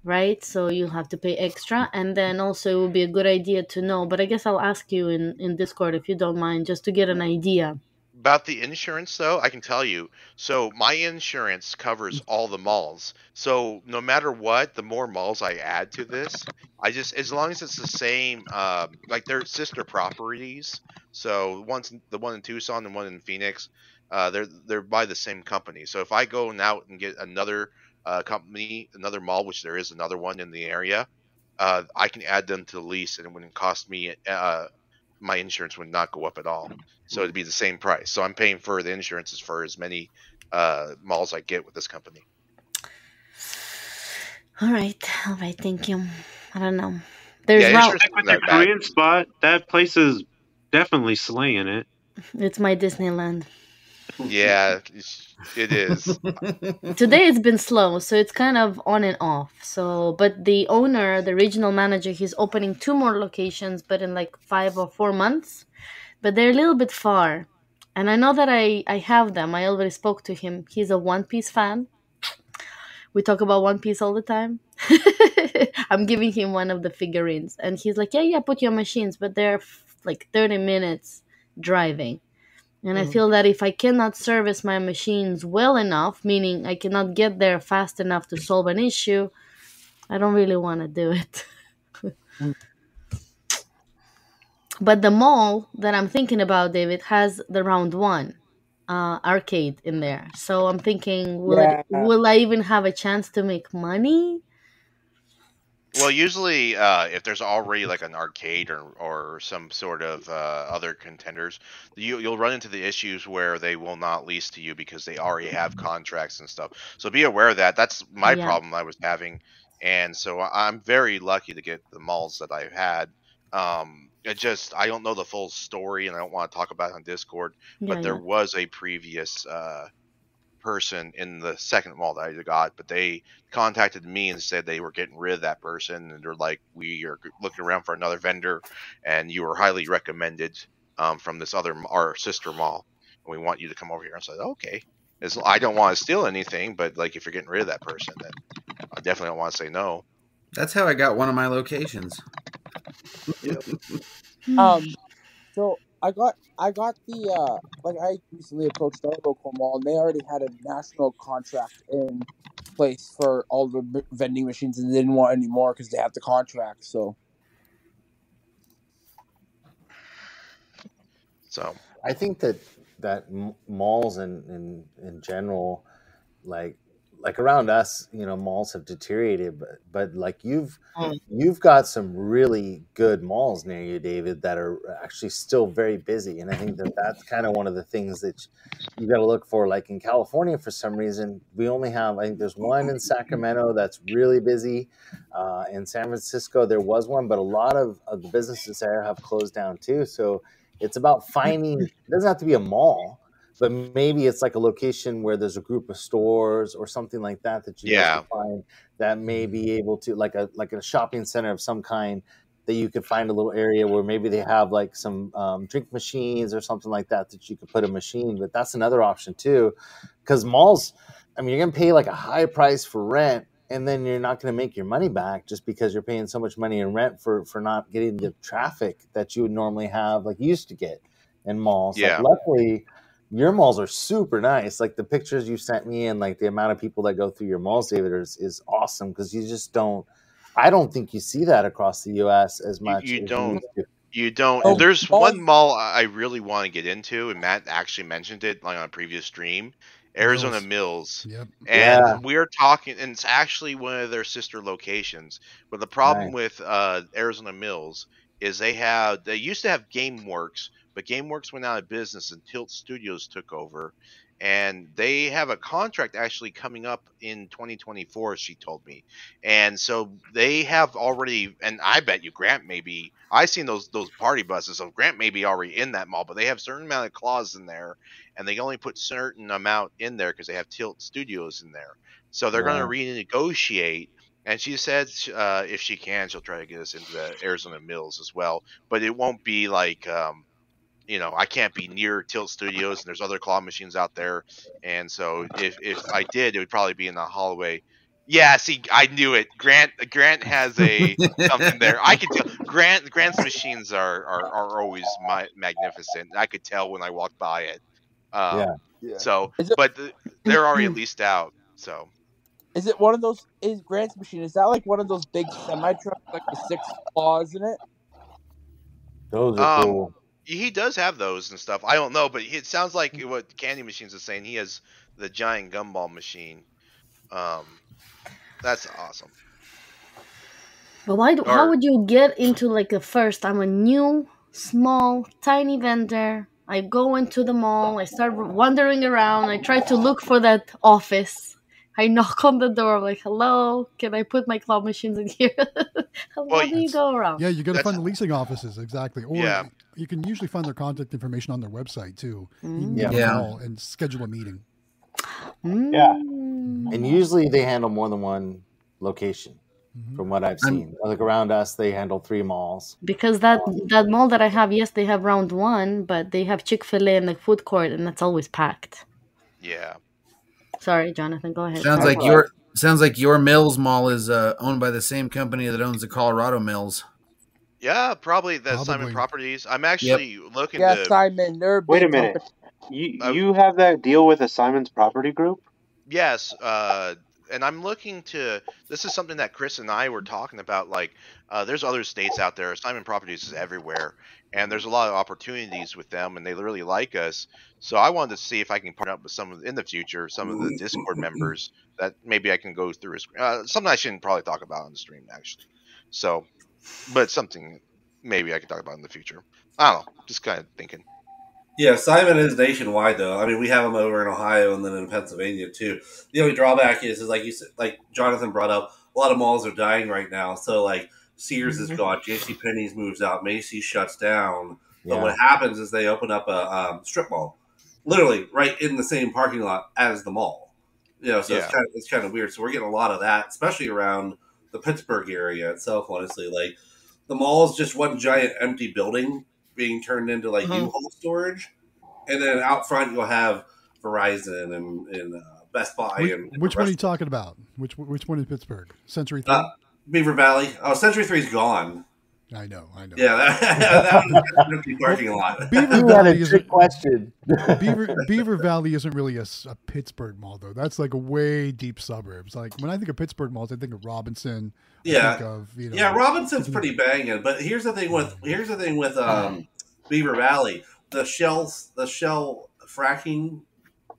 right? So you have to pay extra, and then also it would be a good idea to know. But I guess I'll ask you in in Discord if you don't mind, just to get an idea. About the insurance, though, I can tell you. So my insurance covers all the malls. So no matter what, the more malls I add to this, I just as long as it's the same, um, like they're sister properties. So one's in- the one in Tucson and one in Phoenix, uh, they're they're by the same company. So if I go and out and get another uh, company, another mall, which there is another one in the area, uh, I can add them to the lease, and it wouldn't cost me uh, my insurance would not go up at all. So it'd be the same price. So I'm paying for the insurance as for as many uh, malls I get with this company. All right, all right, thank you. I don't know. There's yeah, route. with the Korean spot, that place is definitely slaying it. It's my Disneyland. Yeah, it's- it is. Today it's been slow, so it's kind of on and off. So, but the owner, the regional manager, he's opening two more locations, but in like five or four months. But they're a little bit far, and I know that I I have them. I already spoke to him. He's a One Piece fan. We talk about One Piece all the time. I'm giving him one of the figurines, and he's like, "Yeah, yeah, put your machines," but they're f- like 30 minutes driving. And I Mhm. feel that if I cannot service my machines well enough, meaning I cannot get there fast enough to solve an issue, I don't really want to do it. but the mall that I'm thinking about, David, has the round one uh, arcade in there. So I'm thinking, will it, Yeah. will I even have a chance to make money? Well, usually, uh, if there's already like an arcade or, or some sort of uh, other contenders, you, you'll run into the issues where they will not lease to you because they already have contracts and stuff. So be aware of that. That's my Yeah. problem I was having, and so I- I'm very lucky to get the malls that I've had. Um, it just I don't know the full story, and I don't want to talk about it on Discord. Yeah, But there yeah. was a previous. Uh, person in the second mall that I got, but they contacted me and said they were getting rid of that person, and they're like, "We are looking around for another vendor, and you were highly recommended um, from this other m- our sister mall, and we want you to come over here." I said, "Okay." As, I don't want to steal anything, but like if you're getting rid of that person, then I definitely don't want to say no. That's how I got one of my locations. Um, so I got I got the uh like I recently approached our local mall and they already had a national contract in place for all the b- vending machines and they didn't want any more because they have the contract. So So I think that that m- malls and in, in, in general, like like around us, you know, malls have deteriorated, but but like you've Um, you've got some really good malls near you, David, that are actually still very busy, and I think that that's kind of one of the things that you got to look for. Like in California, for some reason, we only have I think there's one in Sacramento that's really busy. Uh, in San Francisco, there was one, but a lot of, of the businesses there have closed down too. So it's about finding it doesn't have to be a mall but maybe it's like a location where there's a group of stores or something like that that you guys yeah, could find that may be able to like a like a shopping center of some kind that you could find a little area where maybe they have like some um, drink machines or something like that that you could put a machine but that's another option too because malls I mean, you're going to pay like a high price for rent, and then you're not going to make your money back just because you're paying so much money in rent for for not getting the traffic that you would normally have, like you used to get in malls. Like, Yeah. luckily, your malls are super nice. Like the pictures you sent me, and like the amount of people that go through your malls, David, is, is awesome because you just don't. I don't think you see that across the U.S. as much. as you used don't. to. You don't. Oh, There's mall- one mall I I really want to get into, and Matt actually mentioned it like on a previous stream, Arizona Mills. Yep. And Yeah. we're talking, and it's actually one of their sister locations. But the problem with uh, Arizona Mills is they have they used to have GameWorks, but GameWorks went out of business, and Tilt Studios took over. And they have a contract actually coming up in 2024. She told me, and so they have already and i bet you grant maybe i seen those those party buses so grant may be already in that mall but they have certain amount of claws in there and they only put certain amount in there because they have tilt studios in there so they're Wow. going to renegotiate and she said uh, if she can she'll try to get us into the arizona mills as well but it won't be like um, you know, I can't be near Tilt Studios, and there's other claw machines out there. And so, if if I did, it would probably be in the hallway. Yeah, see, I knew it. Grant Grant has a something there. I could tell. Grant Grant's machines are are, are always my, magnificent. I could tell when I walked by it. Um, Yeah. Yeah. So, Is it- Hmm. but th- they're already leased out. So Is it one of those? Is Grant's machine? Is that like one of those big semi trucks, like the six claws in it? Those Um, are cool. he does have those and stuff. I don't know, but it sounds like what Candy Machines is saying. He has the giant gumball machine. Um, that's awesome. But why? Do, how Or- would you get into like a first? I'm a new, small, tiny vendor. I go into the mall. I start wandering around. I try to look for that office. I knock on the door. I'm like, "Hello, can I put my claw machines in here?" how Well, do you go around? Yeah, you got to find the leasing offices exactly, or Yeah. you can usually find their contact information on their website too. You can Mm. give them Yeah. all and schedule a meeting. Yeah. And usually they handle more than one location, from what I've I'm- seen. Like around us, they handle three malls. Because that that mall that I have, yes, they have round one, but they have Chick Fil A in the food court, and that's always packed. Yeah. Sorry, Jonathan, go ahead. Sounds Sorry. like your sounds like your Mills Mall is uh, owned by the same company that owns the Colorado Mills. Yeah, probably the Simon Probably. Properties. I'm actually looking Yeah, to. Simon. They're Wait a big minute. company. You Uh, you have that deal with a Simon's Property Group? Yes, uh, and I'm looking to. This is something that Chris and I were talking about. Like, uh, there's other states out there. Simon Properties is everywhere, and there's a lot of opportunities with them, and they really like us. So I wanted to see if I can partner up with some of, in the future, some of the Discord members that maybe I can go through. A, sc- uh, something I shouldn't probably talk about on the stream actually. So, but something maybe I can talk about in the future. I don't know. Just kind of thinking. Yeah, Simon is nationwide though. I mean, we have them over in Ohio and then in Pennsylvania too. The only drawback is, is like you said, like Jonathan brought up, a lot of malls are dying right now. So like Sears is Mhm. gone, J.C. Penney's moves out, Macy's shuts down. But Yeah. what happens is they open up a um, strip mall, literally right in the same parking lot as the mall. You know, so Yeah. it's kind of it's kind of weird. So we're getting a lot of that, especially around the Pittsburgh area itself. Honestly, like the mall is just one giant empty building being turned into like Mhm. U-Haul storage and then out front you'll have Verizon and, and uh, Best Buy Which, and which one are you talking about? Which which one in Pittsburgh? Century Three. uh, Beaver Valley. Oh, Century Three's gone. I know, I know. Yeah, that, that was an empty parking lot. Beaver Valley is a question. Beaver Beaver Valley isn't really a, s- a Pittsburgh mall though. That's like a way deep suburbs. Like when I think of Pittsburgh malls, I think of Robinson. I Yeah, think of you know. yeah. Robinson's pretty banging, but here's the thing with here's the thing with um, Beaver Valley. The shells, the shell fracking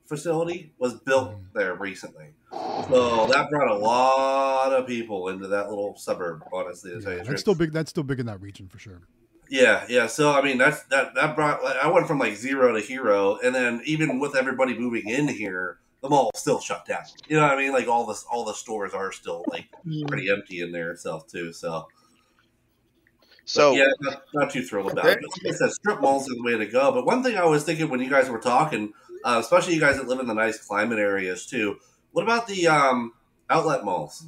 facility was built Mm-hmm. there recently, so that brought a lot of people into that little suburb. Honestly, to tell you Yeah, the truth. that's still big. That's still big in that region for sure. Yeah, yeah. So I mean, that's that that brought. Like, I went from like zero to hero, and then even with everybody moving in here, the mall still shut down. You know what I mean? Like all this, all the stores are still like Yeah. pretty empty in there itself too. So, So yeah, not, not too thrilled about it. But like I said, strip malls are the way to go. But one thing I was thinking when you guys were talking, uh, especially you guys that live in the nice climate areas too, what about the um, outlet malls?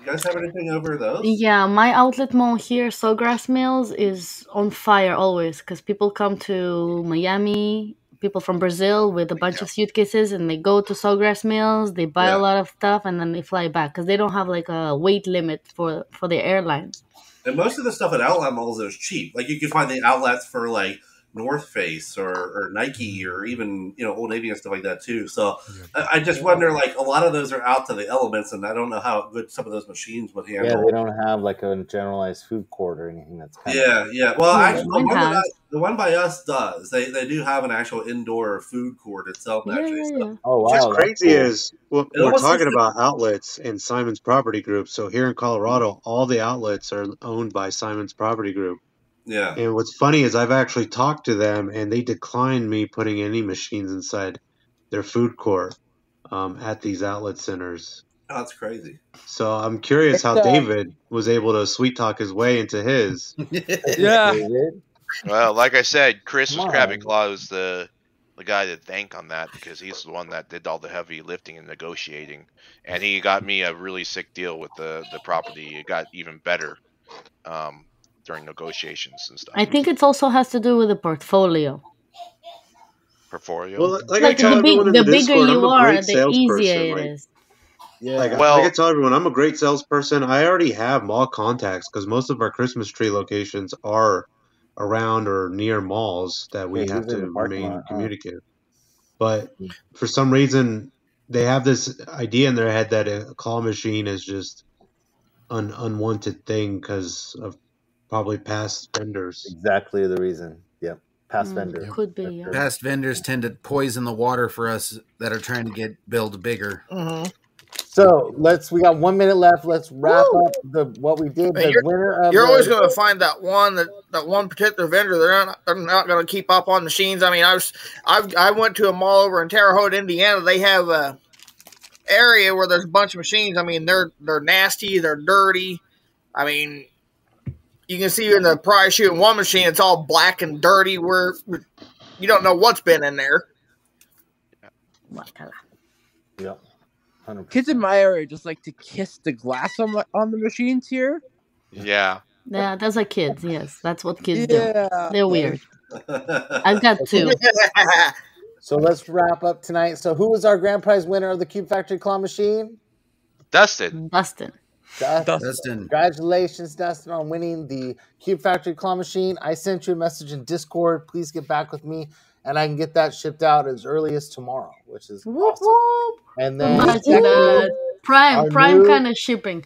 You guys have anything over those? Yeah, my outlet mall here, Sawgrass Mills, is on fire always because people come to Miami, people from Brazil with a bunch of suitcases, and they go to Sawgrass Mills. They buy a lot of stuff, and then they fly back because they don't have like a weight limit for for the airlines. And most of the stuff at outlet malls is cheap. Like you can find the outlets for like North Face or, or Nike or even you know Old Navy and stuff like that too. So I, I just wonder like a lot of those are out to the elements, and I don't know how good some of those machines would handle. Yeah, they don't have like a generalized food court or anything that's kind Yeah, of yeah. Hmm, Well, Yeah, actually, the one, mine by has. us, the one by us does. They they do have an actual indoor food court itself. Actually, so. Oh wow! What's that's crazy cool. is well, It we're almost talking seems- about outlets and Simon's Property Group. So here in Colorado, all the outlets are owned by Simon's Property Group. Yeah. And what's funny is I've actually talked to them, and they declined me putting any machines inside their food court um, at these outlet centers. Oh, that's crazy. So I'm curious how It's, uh, David was able to sweet talk his way into his. Yeah. Well, like I said, Chris was Krabby Claw was the the guy to thank on that because he's the one that did all the heavy lifting and negotiating, and he got me a really sick deal with the the property. It got even better um, during negotiations and stuff. I think it also has to do with the portfolio. Portfolio. Well, like I Like tell the big, everyone in the the bigger Discord, I'm you a are, great the easier salesperson. it Like, is. Yeah. Like, Well- like I tell everyone, I'm a great salesperson. I already have mall contacts because most of our Christmas tree locations are around or near malls that we Yeah, have these are in to the parking remain lot, huh? Mm. communicative. But for some reason, they have this idea in their head that a call machine is just an unwanted thing because of probably past vendors. Exactly the reason. Yep. Past Mm, vendor. Could be. Yeah. Past vendors tend to poison the water for us that are trying to get build bigger. Mm-hmm. So let's. We got one minute left. Let's wrap up the what we did. Man, The winner of You're the- always going to find that one that, that one particular vendor. They're not they're not going to keep up on machines. I mean, I was I've I went to a mall over in Terre Haute, Indiana. They have a area where there's a bunch of machines. I mean, they're they're nasty. They're dirty. I mean, you can see in the prize shooting one machine, it's all black and dirty. Where you don't know what's been in there. Yep. Kids in my area just like to kiss the glass on the, on the machines here. Yeah. Yeah, that's like kids. Yes, that's what kids do. Yeah. They're weird. I've got two. So let's wrap up tonight. So who was our grand prize winner of the Cube Factory Claw Machine? Dustin. Dustin. Dustin. Dustin. Congratulations, Dustin, on winning the Cube Factory Claw Machine. I sent you a message in Discord. Please get back with me, and I can get that shipped out as early as tomorrow, which is awesome. And then Imagine secondly, that. Prime, our prime new- kind of shipping.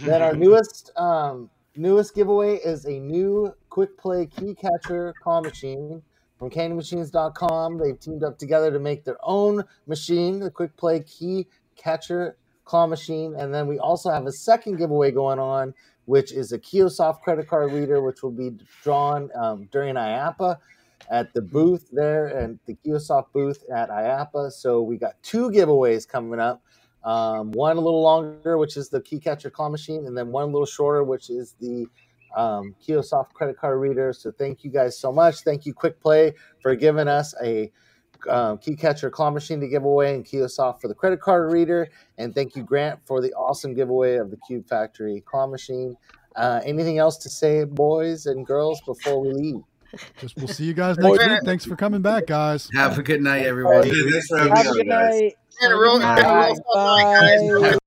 then our newest um, newest giveaway is a new quick play key catcher claw machine from candymachines.com. They've teamed up together to make their own machine, the quick play key catcher claw machine. And then we also have a second giveaway going on, which is a Kiosoft credit card reader, which will be drawn um, during IAPA at the booth there and the Kiosoft booth at IAPA. So we got two giveaways coming up. Um, one a little longer, which is the key catcher claw machine, and then one a little shorter, which is the um, Kiosoft credit card reader. So thank you guys so much. Thank you, Quick Play, for giving us a um, key catcher claw machine to give away, and Kiosoft for the credit card reader. And thank you, Grant, for the awesome giveaway of the Cube Factory claw machine. Uh, anything else to say, boys and girls, before we leave? Just we'll see you guys next week. Thanks for coming back, guys. Have a good night, everyone. Thanks Have a good night. Been a real- been a real fun night, guys.